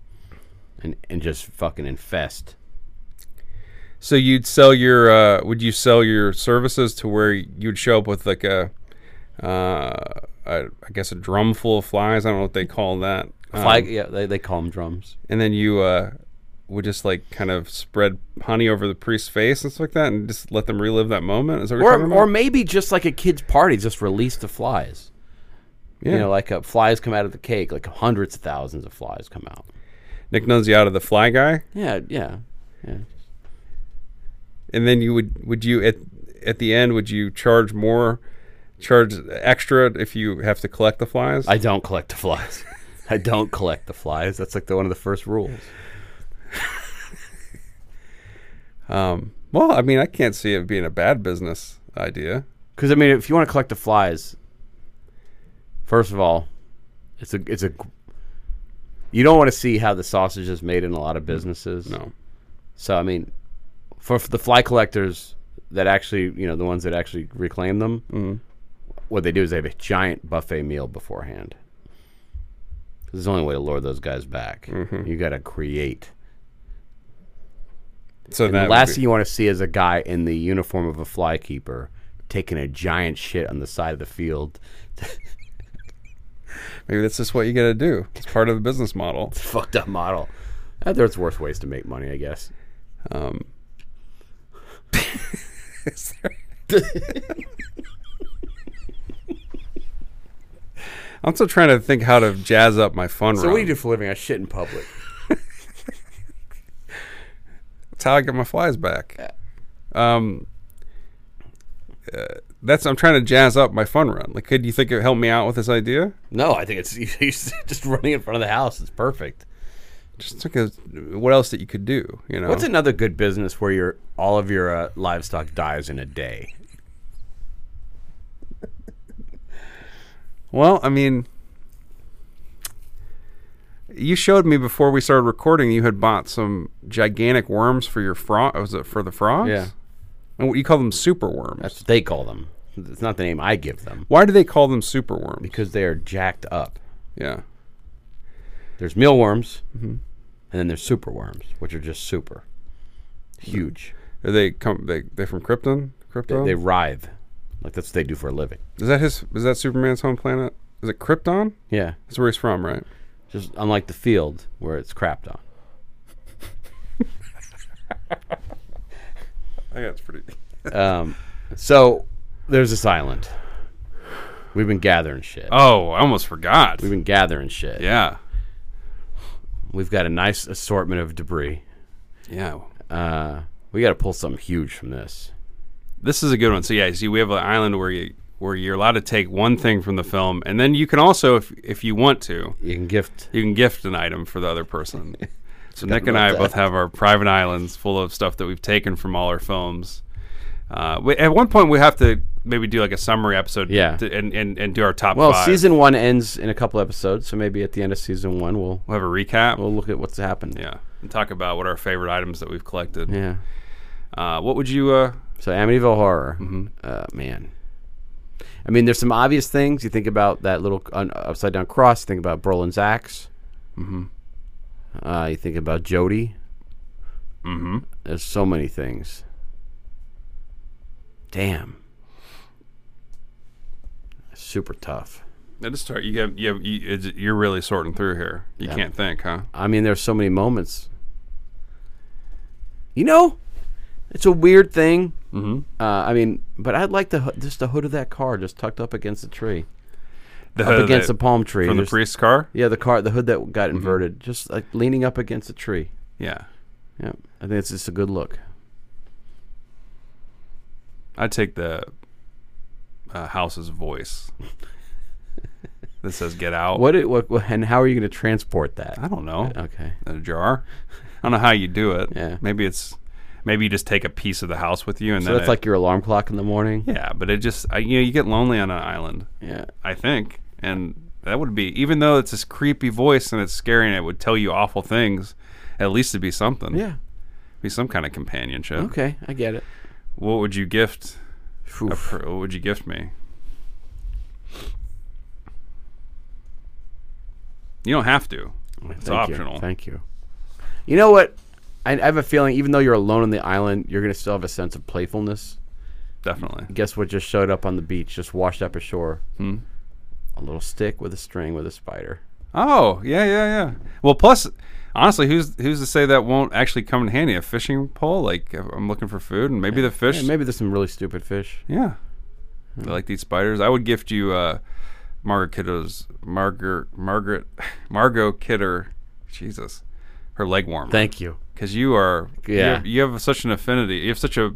S2: and and just fucking infest.
S3: So you'd sell your uh, would you sell your services to where you'd show up with like a uh, a- I guess a drum full of flies. I don't know what they call that.
S2: Fly,
S3: Um,
S2: yeah, they, they call them drums.
S3: and then you uh, would just like kind of spread honey over the priest's face and stuff like that, and just let them relive that moment. Is that what you're
S2: Or
S3: talking
S2: or
S3: about?
S2: maybe just like a kid's party, just release the flies.
S3: Yeah.
S2: You know, like uh, flies come out of the cake, like hundreds of thousands of flies come out.
S3: Nick Nunziata, the fly guy,
S2: Yeah, yeah, yeah.
S3: and then you would would you at at the end would you charge more, charge extra if you have to collect the flies?
S2: I don't collect the flies. I don't collect the flies. That's like the, one of the first rules.
S3: well, I mean, I can't see it being a bad business idea.
S2: Because I mean, if you want to collect the flies, first of all, it's a it's a you don't want to see how the sausage is made in a lot of businesses.
S3: No.
S2: So I mean, for, for the fly collectors that actually you know the ones that actually reclaim them,
S3: Mm-hmm.
S2: what they do is they have a giant buffet meal beforehand.
S3: Mm-hmm.
S2: 'Cause There's only way to lure those guys back. You got to create.
S3: So
S2: And
S3: that
S2: the
S3: would
S2: last
S3: be-
S2: thing you want to see is a guy in the uniform of a flykeeper taking a giant shit on the side of the field.
S3: Maybe that's just what you got to do. It's part of the business model.
S2: Fucked up model. Uh, There's worse ways to make money, I guess.
S3: Um, is there- I'm still trying to think how to jazz up my fun
S2: So
S3: run.
S2: what do you do for a living? I shit in public.
S3: That's how I get my flies back. Um, uh, that's I'm trying to jazz up my fun run. Like, could you think it help me out with this idea?
S2: No, I think it's he's just running in front of the house. It's perfect.
S3: Just think of what else that you could do. You know,
S2: What's another good business where your all of your uh, livestock dies in a day?
S3: Well, I mean, you showed me before we started recording. You had bought some gigantic worms for your frog. Was it for the frogs?
S2: Yeah.
S3: And what you call them super worms.
S2: That's what they call them. It's not the name I give them
S3: Why do they call them super worms?
S2: because they are jacked up.
S3: yeah.
S2: There's mealworms, and then there's superworms, which are just super huge.
S3: Are they come? They they're from Krypton.
S2: They,
S3: Krypton.
S2: they writhe, like that's what they do for a living.
S3: is that his? Is that Superman's home planet? Is it Krypton?
S2: Yeah,
S3: That's where he's from, right?
S2: just unlike the field where it's crapped on.
S3: I think that's pretty.
S2: Um, so there's this island. We've been gathering shit.
S3: Oh, I almost forgot.
S2: We've been gathering shit.
S3: Yeah.
S2: We've got a nice assortment of debris.
S3: Yeah.
S2: Uh, we got to pull something huge from this.
S3: This is a good one. So yeah, see, we have an island where you where you're allowed to take one thing from the film, and then you can also, if if you want to,
S2: You can gift.
S3: you can gift an item for the other person. so Nick and I both have our private islands full of stuff that we've taken from all our films. Uh, we, at one point, we have to maybe do like a summary episode,
S2: Yeah.
S3: to- and, and and do our top.
S2: Well,
S3: five.
S2: season one ends in a couple episodes, so maybe at the end of season one we'll
S3: we'll have a recap.
S2: we'll look at what's happened.
S3: yeah, and talk about what our favorite items that we've collected.
S2: Yeah.
S3: Uh, what would you? Uh,
S2: So Amityville Horror. Uh, man. I mean, there's some obvious things. You think about that little un- upside down cross. You think about Brolin's ax Mm-hmm. Uh, you think about Jody. Mm-hmm. There's so many things. Damn. Super tough.
S3: I just start. You have, you have, you, it's, you're really sorting through here. You can't think, huh?
S2: I mean, there's so many moments. You know, it's a weird thing. Mm-hmm. Uh, I mean, but I'd like the hoo- just the hood of that car just tucked up against the tree,
S3: The,
S2: up against
S3: the,
S2: a palm tree.
S3: from the Mm-hmm.
S2: There's-
S3: priest's car.
S2: Yeah, the car, the hood that got inverted, just like leaning up against a tree.
S3: Yeah,
S2: Yeah, I think it's just a good look.
S3: I take the uh, house's voice that says "Get out."
S2: What, it, what, what and how are you going to transport that?
S3: Oh. I don't know.
S2: Okay.
S3: In a jar. I don't know how you do it.
S2: Yeah.
S3: Maybe it's maybe you just take a piece of the house with you, and
S2: So
S3: then
S2: that's
S3: it-
S2: like your alarm clock in the morning.
S3: yeah. But it just I, you know you get lonely on an island.
S2: Yeah.
S3: I think, and that would be even though it's this creepy voice and it's scary and it would tell you awful things. At least it'd be something.
S2: Yeah.
S3: be some kind of companionship.
S2: Okay, I get it.
S3: What would you gift?
S2: Oof.
S3: a pr- What would you gift me? You don't have to. It's
S2: Thank you.
S3: optional.
S2: Thank you. You know what? I, I have a feeling, even though you're alone on the island, you're going to still have a sense of playfulness.
S3: Definitely.
S2: Guess what just showed up on the beach, just washed up ashore? Hmm. A little stick with a string with a spider.
S3: Oh yeah, yeah, yeah. Well, plus, honestly, who's who's to say that won't actually come in handy? A fishing pole. Like if I'm looking for food, and maybe the
S2: Yeah,
S3: fish.
S2: maybe Hmm. there's some really stupid fish.
S3: Yeah. I like these spiders. I would gift you uh, Margaret Kiddo's Margaret Margaret Margot Kidder. Jesus, her leg warmer.
S2: Thank you.
S3: because you are you
S2: Yeah.
S3: have- you have, such an affinity. You have such a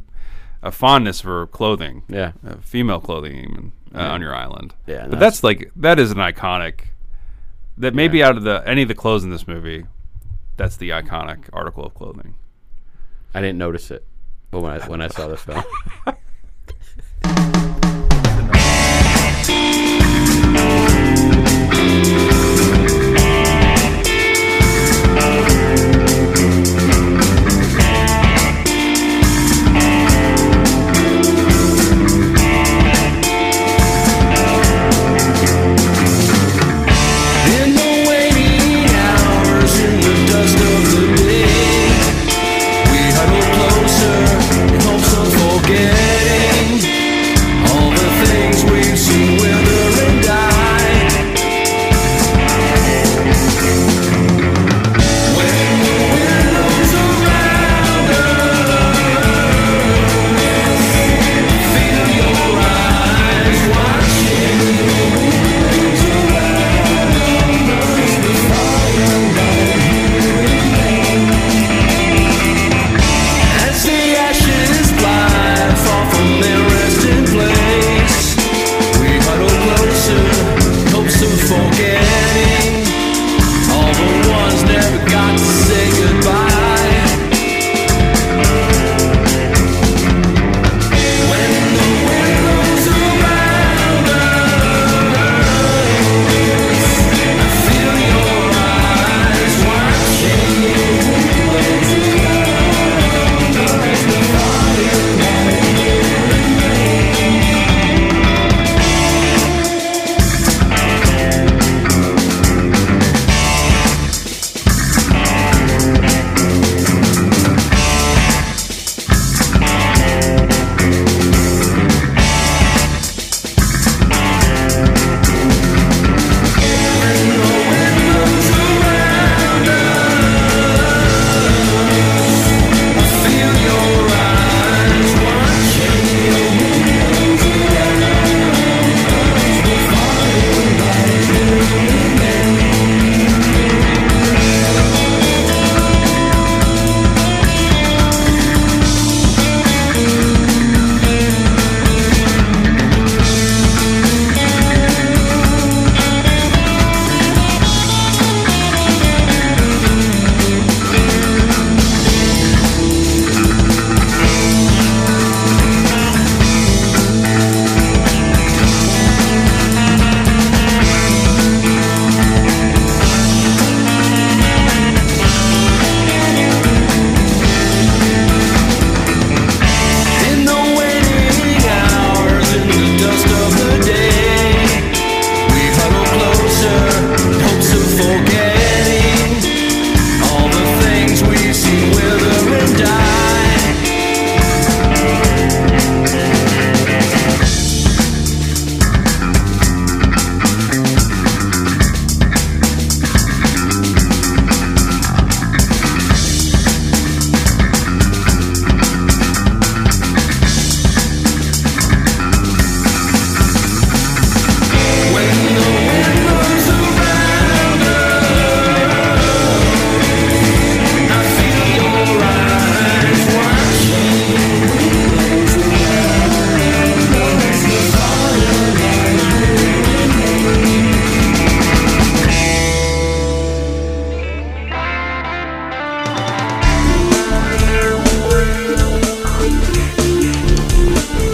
S3: a fondness for clothing.
S2: Yeah.
S3: Uh, female clothing even uh, on your island.
S2: Yeah,
S3: but
S2: that's-
S3: that's like that is an iconic. That maybe out of the any of the clothes in this movie, that's the iconic article of clothing.
S2: I didn't notice it, but when I when I saw the film,
S5: In the waiting hours, in the dust of the day, we huddle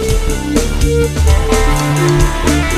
S5: Thank you.